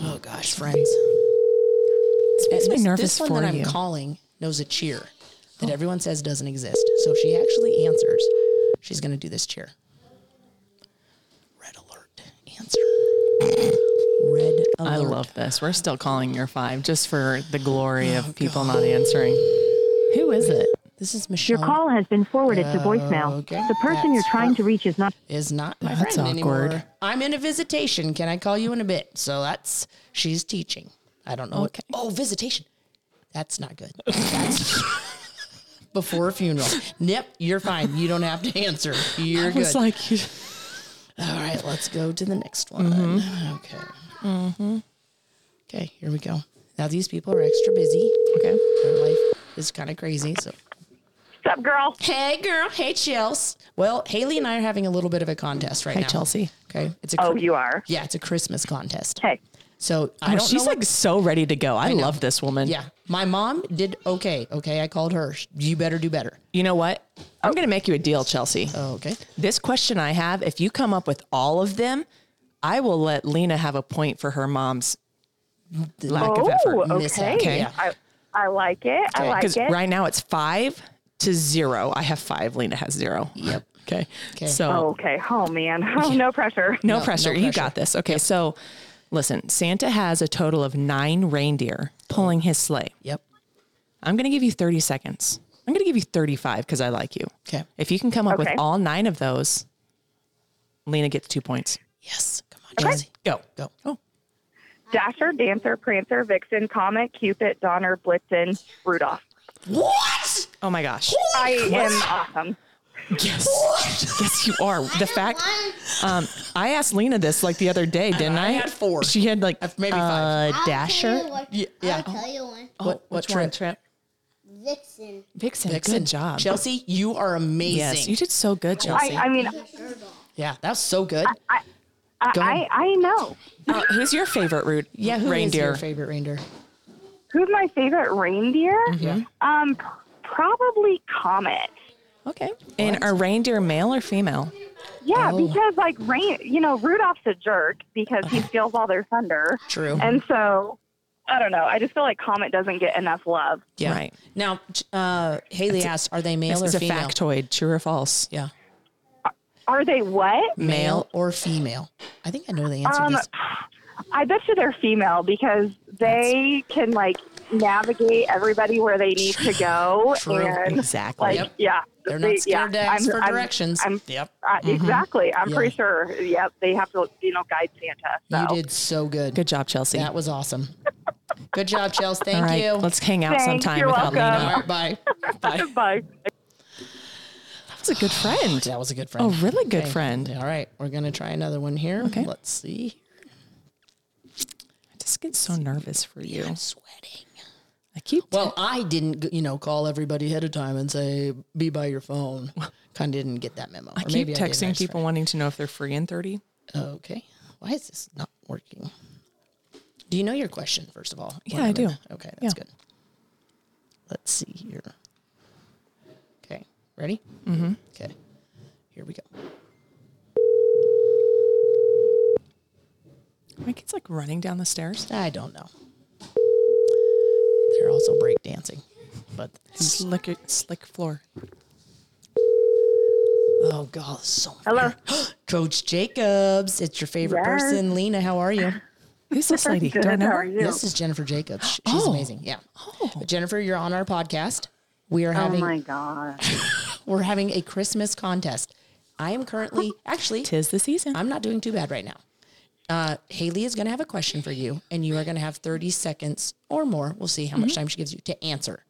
Speaker 4: Oh gosh, friends. This
Speaker 3: makes me nervous
Speaker 4: This one
Speaker 3: for
Speaker 4: that I'm
Speaker 3: you. Oh.
Speaker 4: calling knows a cheer that everyone says doesn't exist. So if she actually answers. She's going to do this cheer. Red alert. Answer. Red alert.
Speaker 3: I love this. We're still calling your five just for the glory of people not answering. Who is it?
Speaker 4: This Oh, is Michelle.
Speaker 13: Your call has been forwarded to voicemail.
Speaker 4: Okay,
Speaker 13: The person you're
Speaker 4: that's-
Speaker 13: trying to reach is not
Speaker 4: is not my
Speaker 3: That's
Speaker 4: friend
Speaker 3: awkward.
Speaker 4: anymore. I'm in a visitation. Can I call you in a bit? So that's she's teaching. I don't know.
Speaker 3: Okay.
Speaker 4: What, oh, visitation. That's not good. That's- <laughs> before a funeral. Yep, you're fine. You don't have to answer.
Speaker 3: I
Speaker 4: You're
Speaker 3: was
Speaker 4: good.
Speaker 3: like, you-
Speaker 4: All right, let's go to the next one. Okay. Mm-hmm. Okay, here we go. Now these people are extra busy.
Speaker 3: Okay.
Speaker 4: Their life is kind of crazy. So
Speaker 12: What's up, girl?
Speaker 4: Hey, girl. Hey, Chels. Well, Haley and I are having a little bit of a contest right
Speaker 3: Hey,
Speaker 4: now.
Speaker 3: Chelsea.
Speaker 4: Okay. It's a
Speaker 3: Oh,
Speaker 4: you are. Yeah, it's a Christmas contest. Hey. So I
Speaker 3: Oh,
Speaker 4: don't
Speaker 3: she's
Speaker 4: know what-
Speaker 3: like so ready to go. I,
Speaker 4: know.
Speaker 3: love this woman.
Speaker 4: yeah, my mom did okay. Okay, I called her. You better do better.
Speaker 3: You know what? I'm going to make you a deal, Chelsea.
Speaker 4: Oh, okay.
Speaker 3: This question I have, if you come up with all of them, I will let Lena have a point for her mom's lack
Speaker 12: oh,
Speaker 3: of effort.
Speaker 12: okay. I, I like it. I like
Speaker 3: Because
Speaker 12: it.
Speaker 3: right now it's five to zero. I have five. Lena has zero. Yep. Okay. So
Speaker 12: Oh, okay. Oh man. Oh, no pressure.
Speaker 3: No, pressure. You got this. Okay. So listen, Santa has a total of nine reindeer pulling his sleigh.
Speaker 4: Yep.
Speaker 3: I'm going to give you 30 seconds. I'm going to give you 35 because I like you.
Speaker 4: Okay.
Speaker 3: If you can come up
Speaker 12: Okay.
Speaker 3: with all nine of those, Lena gets two points.
Speaker 4: Yes. Come
Speaker 12: on, Okay. Josie.
Speaker 3: Go.
Speaker 4: Go.
Speaker 12: Dasher, Dancer, Prancer, Vixen, Comet, Cupid, Donner, Blitzen, Rudolph.
Speaker 4: What?
Speaker 3: Oh my gosh.
Speaker 12: I
Speaker 3: What?
Speaker 12: am awesome.
Speaker 3: Yes. Yes, you are. The fact um, I asked Lena this like the other day, didn't I?
Speaker 4: I had four.
Speaker 3: She had like
Speaker 4: maybe
Speaker 3: five.
Speaker 4: I'll
Speaker 3: Uh, Dasher.
Speaker 4: Yeah. yeah.
Speaker 14: you one.
Speaker 4: Oh, what what
Speaker 3: which one,
Speaker 4: trip?
Speaker 3: Trip?
Speaker 14: Vixen.
Speaker 3: Vixen,
Speaker 4: Vixen.
Speaker 3: Good job.
Speaker 4: Chelsea, you are amazing.
Speaker 3: Yes, you did so good, Chelsea.
Speaker 12: I, I mean,
Speaker 4: Yeah, that was so good.
Speaker 12: I,
Speaker 3: Go
Speaker 12: I,
Speaker 3: ahead.
Speaker 12: I know.
Speaker 3: Uh, who's your favorite root?
Speaker 4: yeah, who is
Speaker 3: reindeer.
Speaker 4: your favorite reindeer?
Speaker 12: Who's my favorite reindeer? Um, pr- probably Comet.
Speaker 3: Okay. And are reindeer male or female?
Speaker 12: Yeah, because like rain, you know, Rudolph's a jerk because he steals all their thunder.
Speaker 4: True.
Speaker 12: And so, I don't know. I just feel like Comet doesn't get enough love.
Speaker 4: Yeah.
Speaker 3: Right.
Speaker 4: Now, t- uh, Haley
Speaker 3: It's a-
Speaker 4: asked, are they male
Speaker 3: This
Speaker 4: or
Speaker 3: is a
Speaker 4: female?
Speaker 3: factoid, true or false?
Speaker 4: Yeah.
Speaker 12: Are they what?
Speaker 4: Male or female? I think I know the answer. to
Speaker 12: Um,
Speaker 4: this.
Speaker 12: I bet you they're female because they can like navigate everybody where they need to go.
Speaker 4: True.
Speaker 12: And,
Speaker 4: Exactly.
Speaker 12: Like,
Speaker 4: Yep.
Speaker 12: Yeah.
Speaker 4: They're
Speaker 12: they-
Speaker 4: not scared to ask for directions.
Speaker 12: I'm,
Speaker 4: Yep.
Speaker 12: uh,
Speaker 4: Mhm.
Speaker 12: Exactly. I'm
Speaker 4: Yeah.
Speaker 12: pretty sure. Yep. They have to, you know, guide Santa. So.
Speaker 4: You did so good.
Speaker 3: Good job, Chelsea.
Speaker 4: That was awesome. <laughs> Good job, Chels. Thank
Speaker 3: All right,
Speaker 4: you.
Speaker 3: Let's hang out
Speaker 4: Thanks,
Speaker 3: sometime
Speaker 4: you're
Speaker 3: without
Speaker 4: welcome.
Speaker 3: Lena.
Speaker 4: All right, bye.
Speaker 3: Bye.
Speaker 12: <laughs> Bye.
Speaker 3: That was a good friend.
Speaker 4: Mm, That was a good friend.
Speaker 3: Oh, really good
Speaker 4: Okay.
Speaker 3: friend.
Speaker 4: All right. We're going to try another one here. Okay. Let's see.
Speaker 3: I just get so nervous for you. I'm
Speaker 4: sweating.
Speaker 3: I keep.
Speaker 4: Well, I didn't, you know, call everybody ahead of time and say, be by your <laughs> phone. Kind of didn't get that memo.
Speaker 3: I
Speaker 4: Or
Speaker 3: keep
Speaker 4: maybe did,
Speaker 3: texting
Speaker 4: just
Speaker 3: people wanting to know if they're free in 30.
Speaker 4: forgot. Okay. Why is this not working? Do you know your question, first of all?
Speaker 3: Yeah, I do.
Speaker 4: Okay. That's
Speaker 3: Yeah.
Speaker 4: good. Let's see here. Okay. Ready?
Speaker 3: Mm-hmm.
Speaker 4: Okay. Here we go.
Speaker 3: My kid's like running down the stairs.
Speaker 4: I don't know. They're also break dancing, but
Speaker 3: slick slick floor.
Speaker 4: Oh God, this is so hello, <gasps> Coach Jacobs. It's your favorite
Speaker 3: Yes.
Speaker 4: person, Lena. How are you?
Speaker 3: Who's this lady? Do I know her?
Speaker 4: This is Jennifer Jacobs. Sh- She's amazing. Yeah, But Jennifer, you're on our podcast. We are
Speaker 12: Oh
Speaker 4: having
Speaker 12: my god.
Speaker 4: <laughs> we're having a Christmas contest. I am currently actually
Speaker 3: tis the season.
Speaker 4: I'm not doing too bad right now. Uh, Haley is going to have a question for you, and you are going to have 30 seconds or more. We'll see how much time she gives you to answer.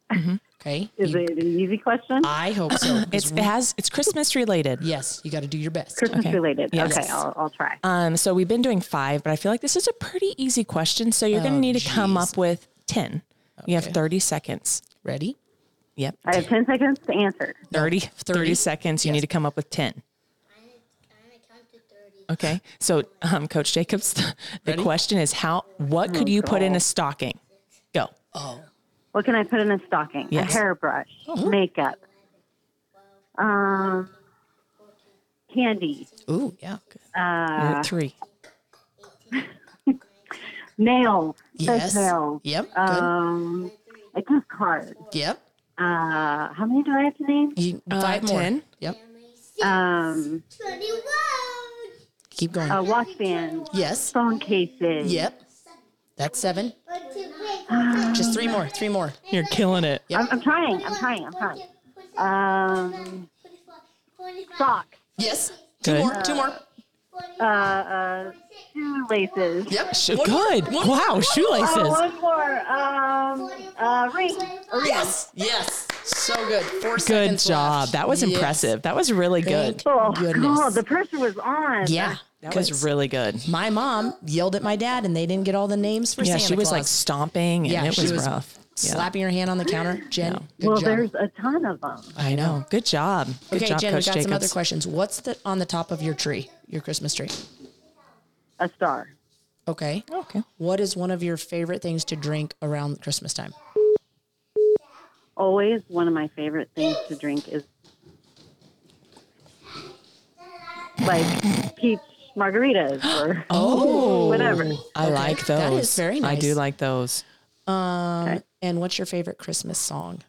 Speaker 4: Okay.
Speaker 12: Is
Speaker 4: You-
Speaker 12: it an easy question?
Speaker 4: I hope so.
Speaker 3: It's, it has it's Christmas related.
Speaker 4: Yes, you got to do your best.
Speaker 12: Christmas related.
Speaker 3: Yes.
Speaker 12: Okay, I'll, I'll try.
Speaker 3: Um, so we've been doing five, but I feel like this is a pretty easy question. So you're going
Speaker 4: Oh,
Speaker 3: to need to come
Speaker 4: geez.
Speaker 3: up with ten. You have
Speaker 4: Okay.
Speaker 3: thirty seconds.
Speaker 4: Ready?
Speaker 3: Yep.
Speaker 12: I have 10 seconds to answer.
Speaker 3: 30, 30 seconds. You need to come up with 10. Okay. So, um, Coach Jacobs, <laughs> the question is how, what could
Speaker 12: Oh,
Speaker 3: you put in a
Speaker 12: God.
Speaker 3: stocking? Go.
Speaker 12: Oh. What can I put in a stocking?
Speaker 3: Yes.
Speaker 12: A hairbrush,
Speaker 4: Oh,
Speaker 12: makeup, um, candy,
Speaker 4: Ooh, yeah. You're
Speaker 12: uh,
Speaker 4: at three.
Speaker 12: nails,
Speaker 4: Yes.
Speaker 12: fish nails.
Speaker 4: Yep, good.
Speaker 12: Um, a gift card.
Speaker 4: Yep.
Speaker 12: Uh, how many do I have to name?
Speaker 3: Uh,
Speaker 4: Five more. Yep.
Speaker 12: Um,
Speaker 4: Keep going.
Speaker 12: Uh, watch bands.
Speaker 4: Yes.
Speaker 12: Phone cases.
Speaker 4: Yep. That's seven. Just three more. Three more.
Speaker 3: You're killing it.
Speaker 12: I'm, I'm trying. I'm trying. I'm trying. Um, socks.
Speaker 4: Yes.
Speaker 3: Two Good. more,
Speaker 4: two more.
Speaker 12: Uh, uh, shoelaces.
Speaker 4: Yep.
Speaker 3: Sh- good. wow. Shoelaces.
Speaker 12: Uh, one more. Um, uh, ring. A ring.
Speaker 4: Yes. Yes. So good. Four
Speaker 3: Good
Speaker 4: seconds
Speaker 3: job.
Speaker 4: left.
Speaker 3: That was
Speaker 4: Yes.
Speaker 3: impressive. That was really good.
Speaker 12: Oh,
Speaker 4: goodness.
Speaker 12: God, the pressure was on.
Speaker 4: Yeah.
Speaker 3: That was really good.
Speaker 4: My mom yelled at my dad, and they didn't get all the names for
Speaker 3: Yeah,
Speaker 4: Santa
Speaker 3: she was
Speaker 4: Claus.
Speaker 3: like stomping, and
Speaker 4: yeah,
Speaker 3: it
Speaker 4: she
Speaker 3: was, rough. Yeah.
Speaker 4: Slapping her hand on the counter. Jen, good
Speaker 12: well,
Speaker 4: job.
Speaker 12: there's a ton of them.
Speaker 3: I know. Good job. Good
Speaker 4: okay,
Speaker 3: job,
Speaker 4: Jen,
Speaker 3: Coach
Speaker 4: we got
Speaker 3: Jacobs.
Speaker 4: some other questions. What's the on the top of your tree, your Christmas tree?
Speaker 12: A star.
Speaker 4: Okay.
Speaker 3: Oh, Okay.
Speaker 4: What is one of your favorite things to drink around Christmas time?
Speaker 12: Always one of my favorite things to drink is like peach margaritas or
Speaker 4: Oh,
Speaker 12: whatever.
Speaker 3: I
Speaker 4: Okay.
Speaker 3: like those.
Speaker 4: That is very nice.
Speaker 3: I do like those.
Speaker 4: Um, and what's your favorite Christmas song?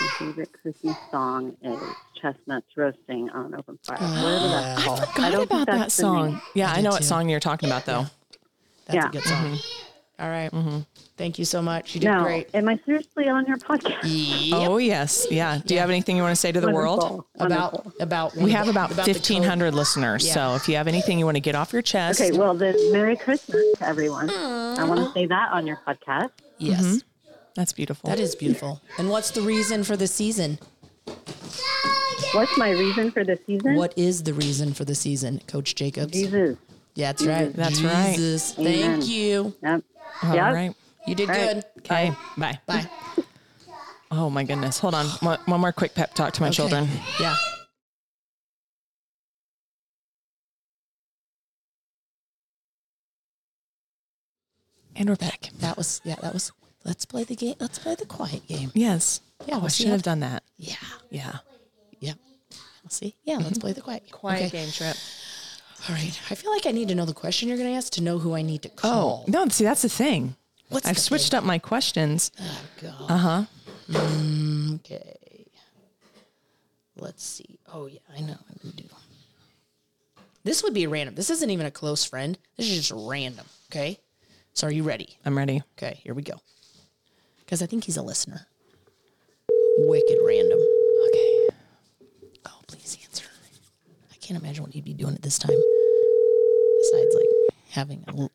Speaker 12: My favorite Christmas song is chestnuts roasting on open fire. Whatever that's called. I
Speaker 3: forgot
Speaker 12: don't think
Speaker 3: about
Speaker 12: that's
Speaker 3: that
Speaker 12: the name.
Speaker 3: song. Yeah, I, know what song you're talking about though.
Speaker 4: That's
Speaker 12: Yeah.
Speaker 4: a good song.
Speaker 3: Mm-hmm.
Speaker 4: All right. Thank you so much. You did
Speaker 12: No,
Speaker 4: great.
Speaker 12: am I seriously on your podcast?
Speaker 3: Oh yes, yeah. Do you have anything you want to say to the world?
Speaker 12: Wonderful.
Speaker 4: About about
Speaker 3: We have about,
Speaker 4: the
Speaker 3: fifteen hundred listeners,
Speaker 4: Yeah.
Speaker 3: so if you have anything you want to get off your chest,
Speaker 12: Okay, well, then Merry Christmas to everyone. I want to say that on your podcast.
Speaker 4: code. Yes,
Speaker 3: Mm-hmm. that's beautiful.
Speaker 4: that is beautiful. And what's the reason for the season?
Speaker 12: What's my reason for the season?
Speaker 4: What is the reason for the season, Coach Jacobs?
Speaker 12: Jesus.
Speaker 4: Yeah, that's right.
Speaker 3: That's right.
Speaker 4: Jesus.
Speaker 12: Amen.
Speaker 4: Thank you.
Speaker 12: Yep.
Speaker 3: All
Speaker 12: Yep.
Speaker 3: right.
Speaker 4: You did
Speaker 12: Right.
Speaker 4: good.
Speaker 3: Okay. Bye.
Speaker 4: Bye.
Speaker 3: Oh my goodness. Hold on. One, one more quick pep talk to my children.
Speaker 4: Yeah.
Speaker 3: And we're back.
Speaker 4: That was yeah. That was. Let's play the game. Let's play the quiet game.
Speaker 3: Yes.
Speaker 4: Yeah,
Speaker 3: Oh, I
Speaker 4: let's
Speaker 3: should
Speaker 4: see how-
Speaker 3: have done that.
Speaker 4: Yeah.
Speaker 3: Yeah.
Speaker 4: Yeah. Let's see. Yeah.
Speaker 3: Mm-hmm.
Speaker 4: Let's play the quiet. game. Okay.
Speaker 3: game trip.
Speaker 4: All right. I feel like I need to know the question you're going to ask to know who I need to
Speaker 3: Oh
Speaker 4: call.
Speaker 3: no! See, that's the thing.
Speaker 4: What's
Speaker 3: I've
Speaker 4: the
Speaker 3: switched up my questions.
Speaker 4: God.
Speaker 3: Uh huh.
Speaker 4: Okay. Let's see. Oh yeah, I know. I can do. This would be random. This isn't even a close friend. This is just random. Okay. So are you ready?
Speaker 3: I'm ready.
Speaker 4: Okay. Here we go. Because I think he's a listener. Wicked random. Okay. Oh, please answer. I can't imagine what he'd be doing at this time. Besides, like having a. l-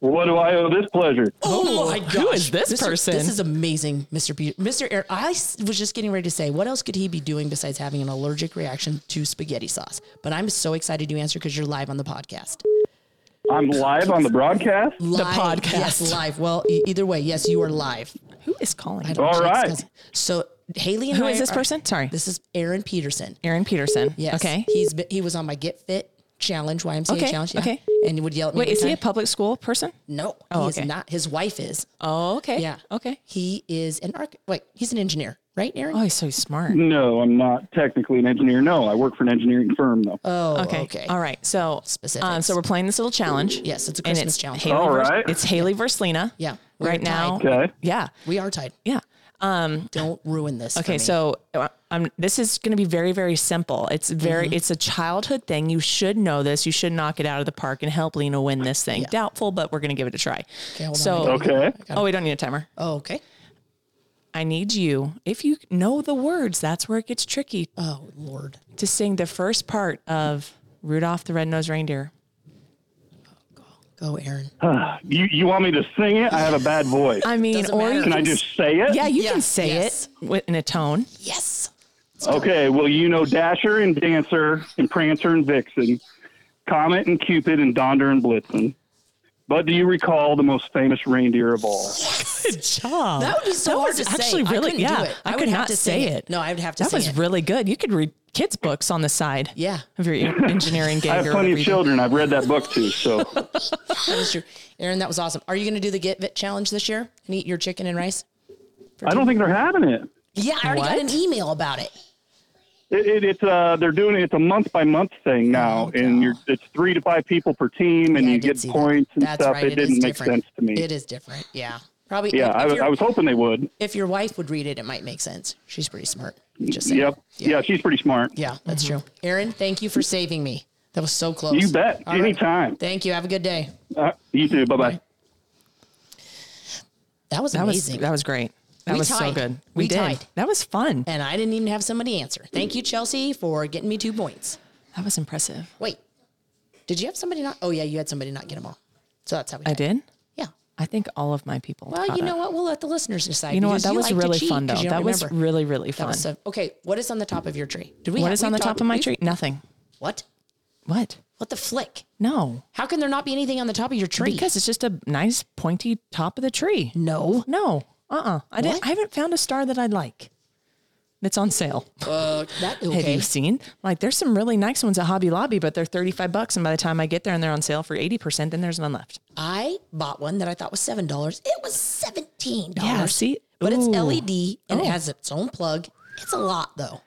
Speaker 14: What do I owe this pleasure?
Speaker 4: Oh, my
Speaker 3: who is this
Speaker 4: Mr.
Speaker 3: person?
Speaker 4: This is amazing, Mr. Bu- Mr. Air. I s- was just getting ready to say, what else could he be doing besides having an allergic reaction to spaghetti sauce? But I'm so excited you answered because you're live on the podcast.
Speaker 14: I'm live on the broadcast.
Speaker 4: Live,
Speaker 3: podcast.
Speaker 4: Yes, live. Well, e- either way, yes, you are live.
Speaker 3: Who is calling?
Speaker 4: I don't
Speaker 14: All
Speaker 4: know if it's
Speaker 14: right.
Speaker 4: 'cause- So Haley and
Speaker 3: Who
Speaker 4: I
Speaker 3: is this
Speaker 4: are-
Speaker 3: person? Sorry.
Speaker 4: This is Aaron Peterson.
Speaker 3: Aaron Peterson.
Speaker 4: Yes.
Speaker 3: Okay.
Speaker 4: He's been, he was on my Get Fit challenge, YMCA
Speaker 3: Okay,
Speaker 4: challenge. yeah.
Speaker 3: okay.
Speaker 4: And he would yell at me.
Speaker 3: Wait,
Speaker 4: every
Speaker 3: is he
Speaker 4: time.
Speaker 3: a public school person?
Speaker 4: No,
Speaker 3: Oh,
Speaker 4: he is
Speaker 3: okay.
Speaker 4: not. His wife is.
Speaker 3: Oh, okay.
Speaker 4: Yeah.
Speaker 3: Okay.
Speaker 4: He is an arch. Wait, he's an engineer, right, Aaron?
Speaker 3: Oh, he's so smart.
Speaker 14: No, I'm not technically an engineer. No, I work for an engineering firm though.
Speaker 4: Oh,
Speaker 3: Okay. All right. So, um,
Speaker 4: Specifics.
Speaker 3: so we're playing this little challenge.
Speaker 4: Yes, it's a
Speaker 3: And
Speaker 4: Christmas
Speaker 3: it's
Speaker 4: challenge.
Speaker 3: Haley
Speaker 14: All
Speaker 3: vers-
Speaker 14: right.
Speaker 3: It's Haley versus Lena.
Speaker 4: yeah. we are
Speaker 3: Right now.
Speaker 4: tied.
Speaker 14: Okay.
Speaker 3: Yeah.
Speaker 4: we are tied.
Speaker 3: Yeah. Um,
Speaker 4: Don't ruin this. for
Speaker 3: Okay,
Speaker 4: me.
Speaker 3: so uh, um, this is going to be very, very simple. It's very,
Speaker 4: Mm-hmm.
Speaker 3: it's a childhood thing. You should know this. You should knock it out of the park and help Lena win this thing. Doubtful, but we're going to give it a try.
Speaker 4: Okay, hold on,
Speaker 3: so,
Speaker 4: I
Speaker 14: Okay.
Speaker 3: oh, we don't need a timer.
Speaker 4: Oh, okay.
Speaker 3: I need you, if you know the words, that's where it gets tricky,
Speaker 4: Oh Lord.
Speaker 3: to sing the first part of Rudolph the Red-Nosed Reindeer.
Speaker 4: Go, Aaron.
Speaker 14: Uh, You you want me to sing it? I have a bad voice.
Speaker 3: I mean,
Speaker 4: Doesn't
Speaker 3: or
Speaker 4: matter.
Speaker 3: you
Speaker 14: Can I
Speaker 3: can-
Speaker 14: just say it?
Speaker 3: yeah, you can
Speaker 4: Yes,
Speaker 3: say
Speaker 4: yes.
Speaker 3: it wi- in a tone.
Speaker 4: Yes.
Speaker 14: Okay. Well, you know Dasher and Dancer and Prancer and Vixen, Comet and Cupid and Donder and Blitzen, But do you recall the most famous reindeer of all?
Speaker 3: Good job.
Speaker 4: That would be so hard
Speaker 3: was
Speaker 4: to
Speaker 3: actually
Speaker 4: say. I
Speaker 3: really
Speaker 4: couldn't do
Speaker 3: yeah.
Speaker 4: it.
Speaker 3: I,
Speaker 4: I
Speaker 3: could
Speaker 4: would have
Speaker 3: not
Speaker 4: to
Speaker 3: say
Speaker 4: sing
Speaker 3: it.
Speaker 4: it. No, I would have to
Speaker 3: That
Speaker 4: sing
Speaker 3: was
Speaker 4: it.
Speaker 3: really good. You could read kids books on the side. Yeah. Of your en- engineering gig
Speaker 14: I have
Speaker 3: or whatever
Speaker 14: plenty of
Speaker 3: you do.
Speaker 14: children. I've read that book
Speaker 4: <laughs>
Speaker 14: too. So
Speaker 4: That was true. Aaron, that was awesome. Are you going to do the Get Fit Challenge this year and eat your chicken and rice?
Speaker 14: I don't think they're having it.
Speaker 4: Yeah, I already got an email about it.
Speaker 14: It, it, it's uh, they're doing it. It's a month by month thing
Speaker 4: Oh,
Speaker 14: now, and you're it's three to five people per team, and you get points and
Speaker 4: That's
Speaker 14: stuff.
Speaker 4: right.
Speaker 14: It,
Speaker 4: is
Speaker 14: didn't make
Speaker 4: different.
Speaker 14: sense to me.
Speaker 4: It is different. Yeah. Probably.
Speaker 14: Yeah,
Speaker 4: if-
Speaker 14: I,
Speaker 4: if
Speaker 14: was-
Speaker 4: your-
Speaker 14: I was hoping they would.
Speaker 4: If your wife would read it, it might make sense. She's pretty smart. Just saying.
Speaker 14: Yep. Yeah. she's pretty smart.
Speaker 4: Yeah, that's
Speaker 3: Mm-hmm.
Speaker 4: true. Aaron, thank you for saving me. That was so close.
Speaker 14: You bet.
Speaker 4: All right.
Speaker 14: Anytime.
Speaker 4: Thank you. Have a good day.
Speaker 14: Uh, you too. Bye bye.
Speaker 4: That was
Speaker 3: That was-
Speaker 4: amazing.
Speaker 3: that was great. That
Speaker 4: We
Speaker 3: was so
Speaker 4: tied.
Speaker 3: good.
Speaker 4: We,
Speaker 3: We did.
Speaker 4: tied.
Speaker 3: That was fun.
Speaker 4: And I didn't even have somebody answer. Thank you, Chelsea, for getting me two points.
Speaker 3: That was impressive.
Speaker 4: Wait, did you have somebody not? Oh yeah, you had somebody not get them all. So that's how we.
Speaker 3: I did.
Speaker 4: Yeah.
Speaker 3: I think all of my people.
Speaker 4: Well,
Speaker 3: caught
Speaker 4: you know
Speaker 3: up.
Speaker 4: what? We'll let the listeners decide.
Speaker 3: You know what?
Speaker 4: because
Speaker 3: That was
Speaker 4: like to
Speaker 3: really
Speaker 4: cheat
Speaker 3: fun though.
Speaker 4: 'cause you
Speaker 3: That
Speaker 4: don't
Speaker 3: was
Speaker 4: remember.
Speaker 3: really really
Speaker 4: That
Speaker 3: fun.
Speaker 4: was so- okay. What is on the top of your tree? Did we?
Speaker 3: what
Speaker 4: have-
Speaker 3: is on
Speaker 4: we
Speaker 3: the top
Speaker 4: talked-
Speaker 3: of my
Speaker 4: we-
Speaker 3: tree? Nothing.
Speaker 4: What?
Speaker 3: What?
Speaker 4: What the flick?
Speaker 3: No.
Speaker 4: How can there not be anything on the top of your tree?
Speaker 3: Because it's just a nice pointy top of the tree. <laughs>
Speaker 4: No.
Speaker 3: No. Uh uh I didn't
Speaker 4: What?
Speaker 3: I haven't found a star that I like. That's on sale. <laughs>
Speaker 4: uh, that okay.
Speaker 3: Have you seen? Like there's some really nice ones at Hobby Lobby, but they're 35 bucks and by the time I get there and they're on sale for 80%, then there's none left.
Speaker 4: I bought one that I thought was seven dollars. It was seventeen dollars.
Speaker 3: Yeah, see?
Speaker 4: but it's
Speaker 3: Ooh.
Speaker 4: LED
Speaker 3: Oh. Mm-hmm.
Speaker 4: and it has its own plug. It's a lot though,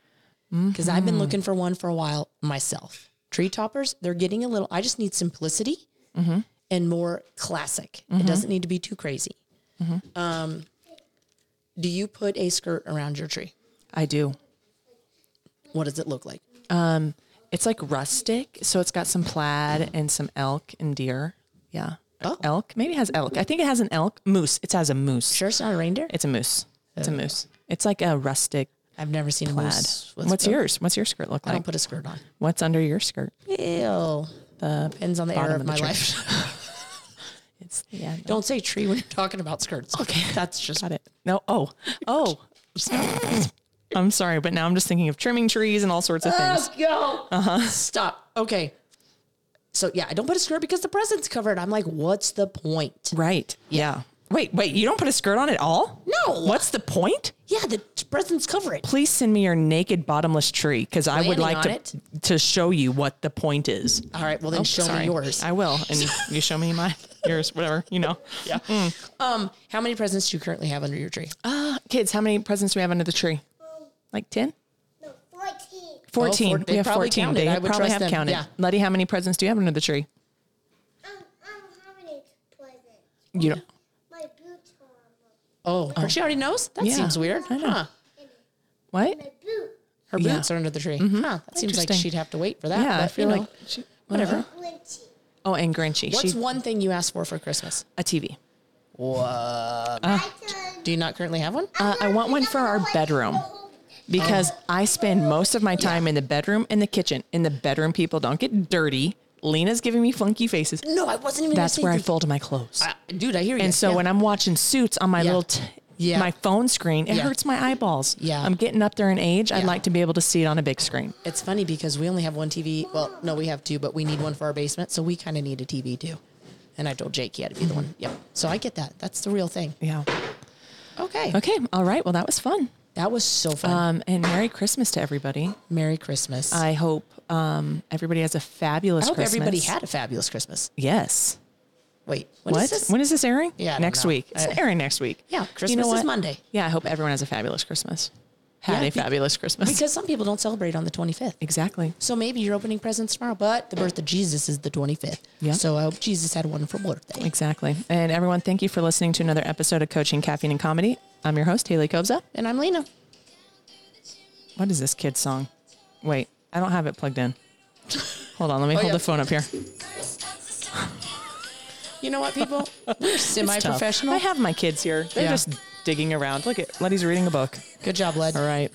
Speaker 4: because I've been looking for one for a while myself. Tree toppers, they're getting a little. I just need simplicity
Speaker 3: Mhm.
Speaker 4: and more classic. It
Speaker 3: Mhm.
Speaker 4: doesn't need to be too crazy.
Speaker 3: Mm-hmm.
Speaker 4: Um, do you put a skirt around your tree?
Speaker 3: I do.
Speaker 4: What does it look like?
Speaker 3: Um it's like rustic, so it's got some plaid and some elk and deer. Yeah.
Speaker 4: Oh.
Speaker 3: Elk? Maybe it has elk. I think it has an elk. Moose. It has a moose.
Speaker 4: Sure, it's not a reindeer.
Speaker 3: It's a moose. It's a
Speaker 4: Oh.
Speaker 3: moose. It's like a rustic
Speaker 4: I've never seen a
Speaker 3: plaid.
Speaker 4: moose. with
Speaker 3: What's
Speaker 4: skirt.
Speaker 3: yours? What's your skirt look
Speaker 4: I
Speaker 3: like?
Speaker 4: don't put a skirt on.
Speaker 3: What's under your skirt?
Speaker 4: Ew.
Speaker 3: The
Speaker 4: Depends on the
Speaker 3: bottom
Speaker 4: era of,
Speaker 3: the
Speaker 4: my
Speaker 3: tree.
Speaker 4: life. <laughs>
Speaker 3: It's yeah. no.
Speaker 4: Don't say tree when you're talking about skirts. Okay, that's just
Speaker 3: Got it. No. Oh. Oh. <laughs> I'm sorry, but now I'm just thinking of trimming trees and all sorts of
Speaker 4: Let's
Speaker 3: things.
Speaker 4: go.
Speaker 3: Uh-huh.
Speaker 4: Stop. Okay. So yeah, I don't put a skirt because the present's covered. I'm like, what's the point?
Speaker 3: Right. Yeah. Wait, wait. You don't put a skirt on at all?
Speaker 4: No.
Speaker 3: What's the point?
Speaker 4: Yeah, the present's covered.
Speaker 3: Please send me your naked bottomless tree because I would
Speaker 4: Planning
Speaker 3: like to
Speaker 4: on
Speaker 3: to show you what the point is.
Speaker 4: All right. Well, then
Speaker 3: Oh,
Speaker 4: show
Speaker 3: sorry.
Speaker 4: me yours.
Speaker 3: I will, and you show me my yours, whatever you know. Yeah.
Speaker 4: Um, how many presents do you currently have under your tree?
Speaker 3: Uh, kids, how many presents do we have under the tree? Like ten.
Speaker 2: Fourteen.
Speaker 3: 14.
Speaker 4: Oh, four-
Speaker 3: we
Speaker 4: they
Speaker 3: have
Speaker 4: probably
Speaker 3: 14.
Speaker 4: counted.
Speaker 3: They
Speaker 4: I would
Speaker 3: probably
Speaker 4: trust
Speaker 3: have
Speaker 4: them.
Speaker 3: counted.
Speaker 4: Yeah.
Speaker 3: Letty, how many presents do you have under the tree?
Speaker 2: Um, um, how many presents?
Speaker 3: You don't.
Speaker 2: My boots are on.
Speaker 4: Oh, her- she already knows. That
Speaker 3: Yeah.
Speaker 4: seems weird.
Speaker 3: I know.
Speaker 4: Huh.
Speaker 3: What?
Speaker 2: My boot.
Speaker 4: Her
Speaker 3: Yeah. Mm-hmm.
Speaker 4: boots are under the tree. Huh. That seems like
Speaker 3: Interesting.
Speaker 4: she'd have to wait for that.
Speaker 3: yeah, I
Speaker 4: but,
Speaker 3: feel
Speaker 4: you know. Uh-huh.
Speaker 3: like she, whatever.
Speaker 2: Grinchy.
Speaker 3: Oh, and Grinchy.
Speaker 4: What's
Speaker 3: she
Speaker 4: one thing you asked for for Christmas?
Speaker 3: a TV.
Speaker 4: What?
Speaker 2: I can.
Speaker 4: Do you not currently have one?
Speaker 3: Uh, I want one for our bedroom because I spend most of my time in the bedroom and the kitchen. In the bedroom, people don't get dirty. Lena's giving me funky faces.
Speaker 4: No, I wasn't even. gonna
Speaker 3: That's
Speaker 4: say
Speaker 3: where I
Speaker 4: the-
Speaker 3: fold my clothes.
Speaker 4: I- dude, I hear you.
Speaker 3: and so
Speaker 4: Yeah.
Speaker 3: when I'm watching suits on my
Speaker 4: Yeah.
Speaker 3: little t-
Speaker 4: Yeah.
Speaker 3: my phone screen, it
Speaker 4: Yeah.
Speaker 3: hurts my eyeballs.
Speaker 4: Yeah.
Speaker 3: I'm getting up there in age. I'd
Speaker 4: Yeah.
Speaker 3: like to be able to see it on a big screen.
Speaker 4: It's funny because we only have one TV. Well, no, we have two, but we need one for our basement. So we kind of need a TV too. And I told Jake he had to be the one. Yep. So I get that. That's the real thing.
Speaker 3: Yeah.
Speaker 4: Okay. Uh,
Speaker 3: Okay. All right. Well, that was fun.
Speaker 4: That was so fun.
Speaker 3: Um, and Merry Christmas to everybody.
Speaker 4: Merry Christmas. I,
Speaker 3: I hope um, everybody has a fabulous
Speaker 4: hope
Speaker 3: Christmas.
Speaker 4: everybody had a fabulous Christmas.
Speaker 3: Yes.
Speaker 4: Wait,
Speaker 3: What?
Speaker 4: what is this?
Speaker 3: When is this airing?
Speaker 4: Yeah, I don't
Speaker 3: Next
Speaker 4: know.
Speaker 3: week. It's
Speaker 4: I-
Speaker 3: airing next week.
Speaker 4: yeah, Christmas
Speaker 3: know
Speaker 4: is
Speaker 3: what?
Speaker 4: Monday.
Speaker 3: Yeah. I hope everyone has a fabulous Christmas. Had
Speaker 4: Yeah,
Speaker 3: a
Speaker 4: be-
Speaker 3: fabulous Christmas.
Speaker 4: Because some people don't celebrate on the 25th.
Speaker 3: exactly.
Speaker 4: So maybe you're opening presents tomorrow, but the birth of Jesus is the 25th.
Speaker 3: Yeah.
Speaker 4: So I hope Jesus had a wonderful birthday.
Speaker 3: Exactly. And everyone, thank you for listening to another episode of Coaching Caffeine and Comedy. I'm your host, Haley Kovza.
Speaker 4: And I'm Lena.
Speaker 3: What is this kid's song? Wait, I don't have it plugged in. Hold on, let <laughs> me
Speaker 4: Oh,
Speaker 3: hold
Speaker 4: yeah.
Speaker 3: the phone up here.
Speaker 4: You know what, <laughs> people? We're semi-professional.
Speaker 3: I have my kids here. They're
Speaker 4: Yeah.
Speaker 3: just digging around. Look at Letty's reading a book.
Speaker 4: Good job, Led.
Speaker 3: All right.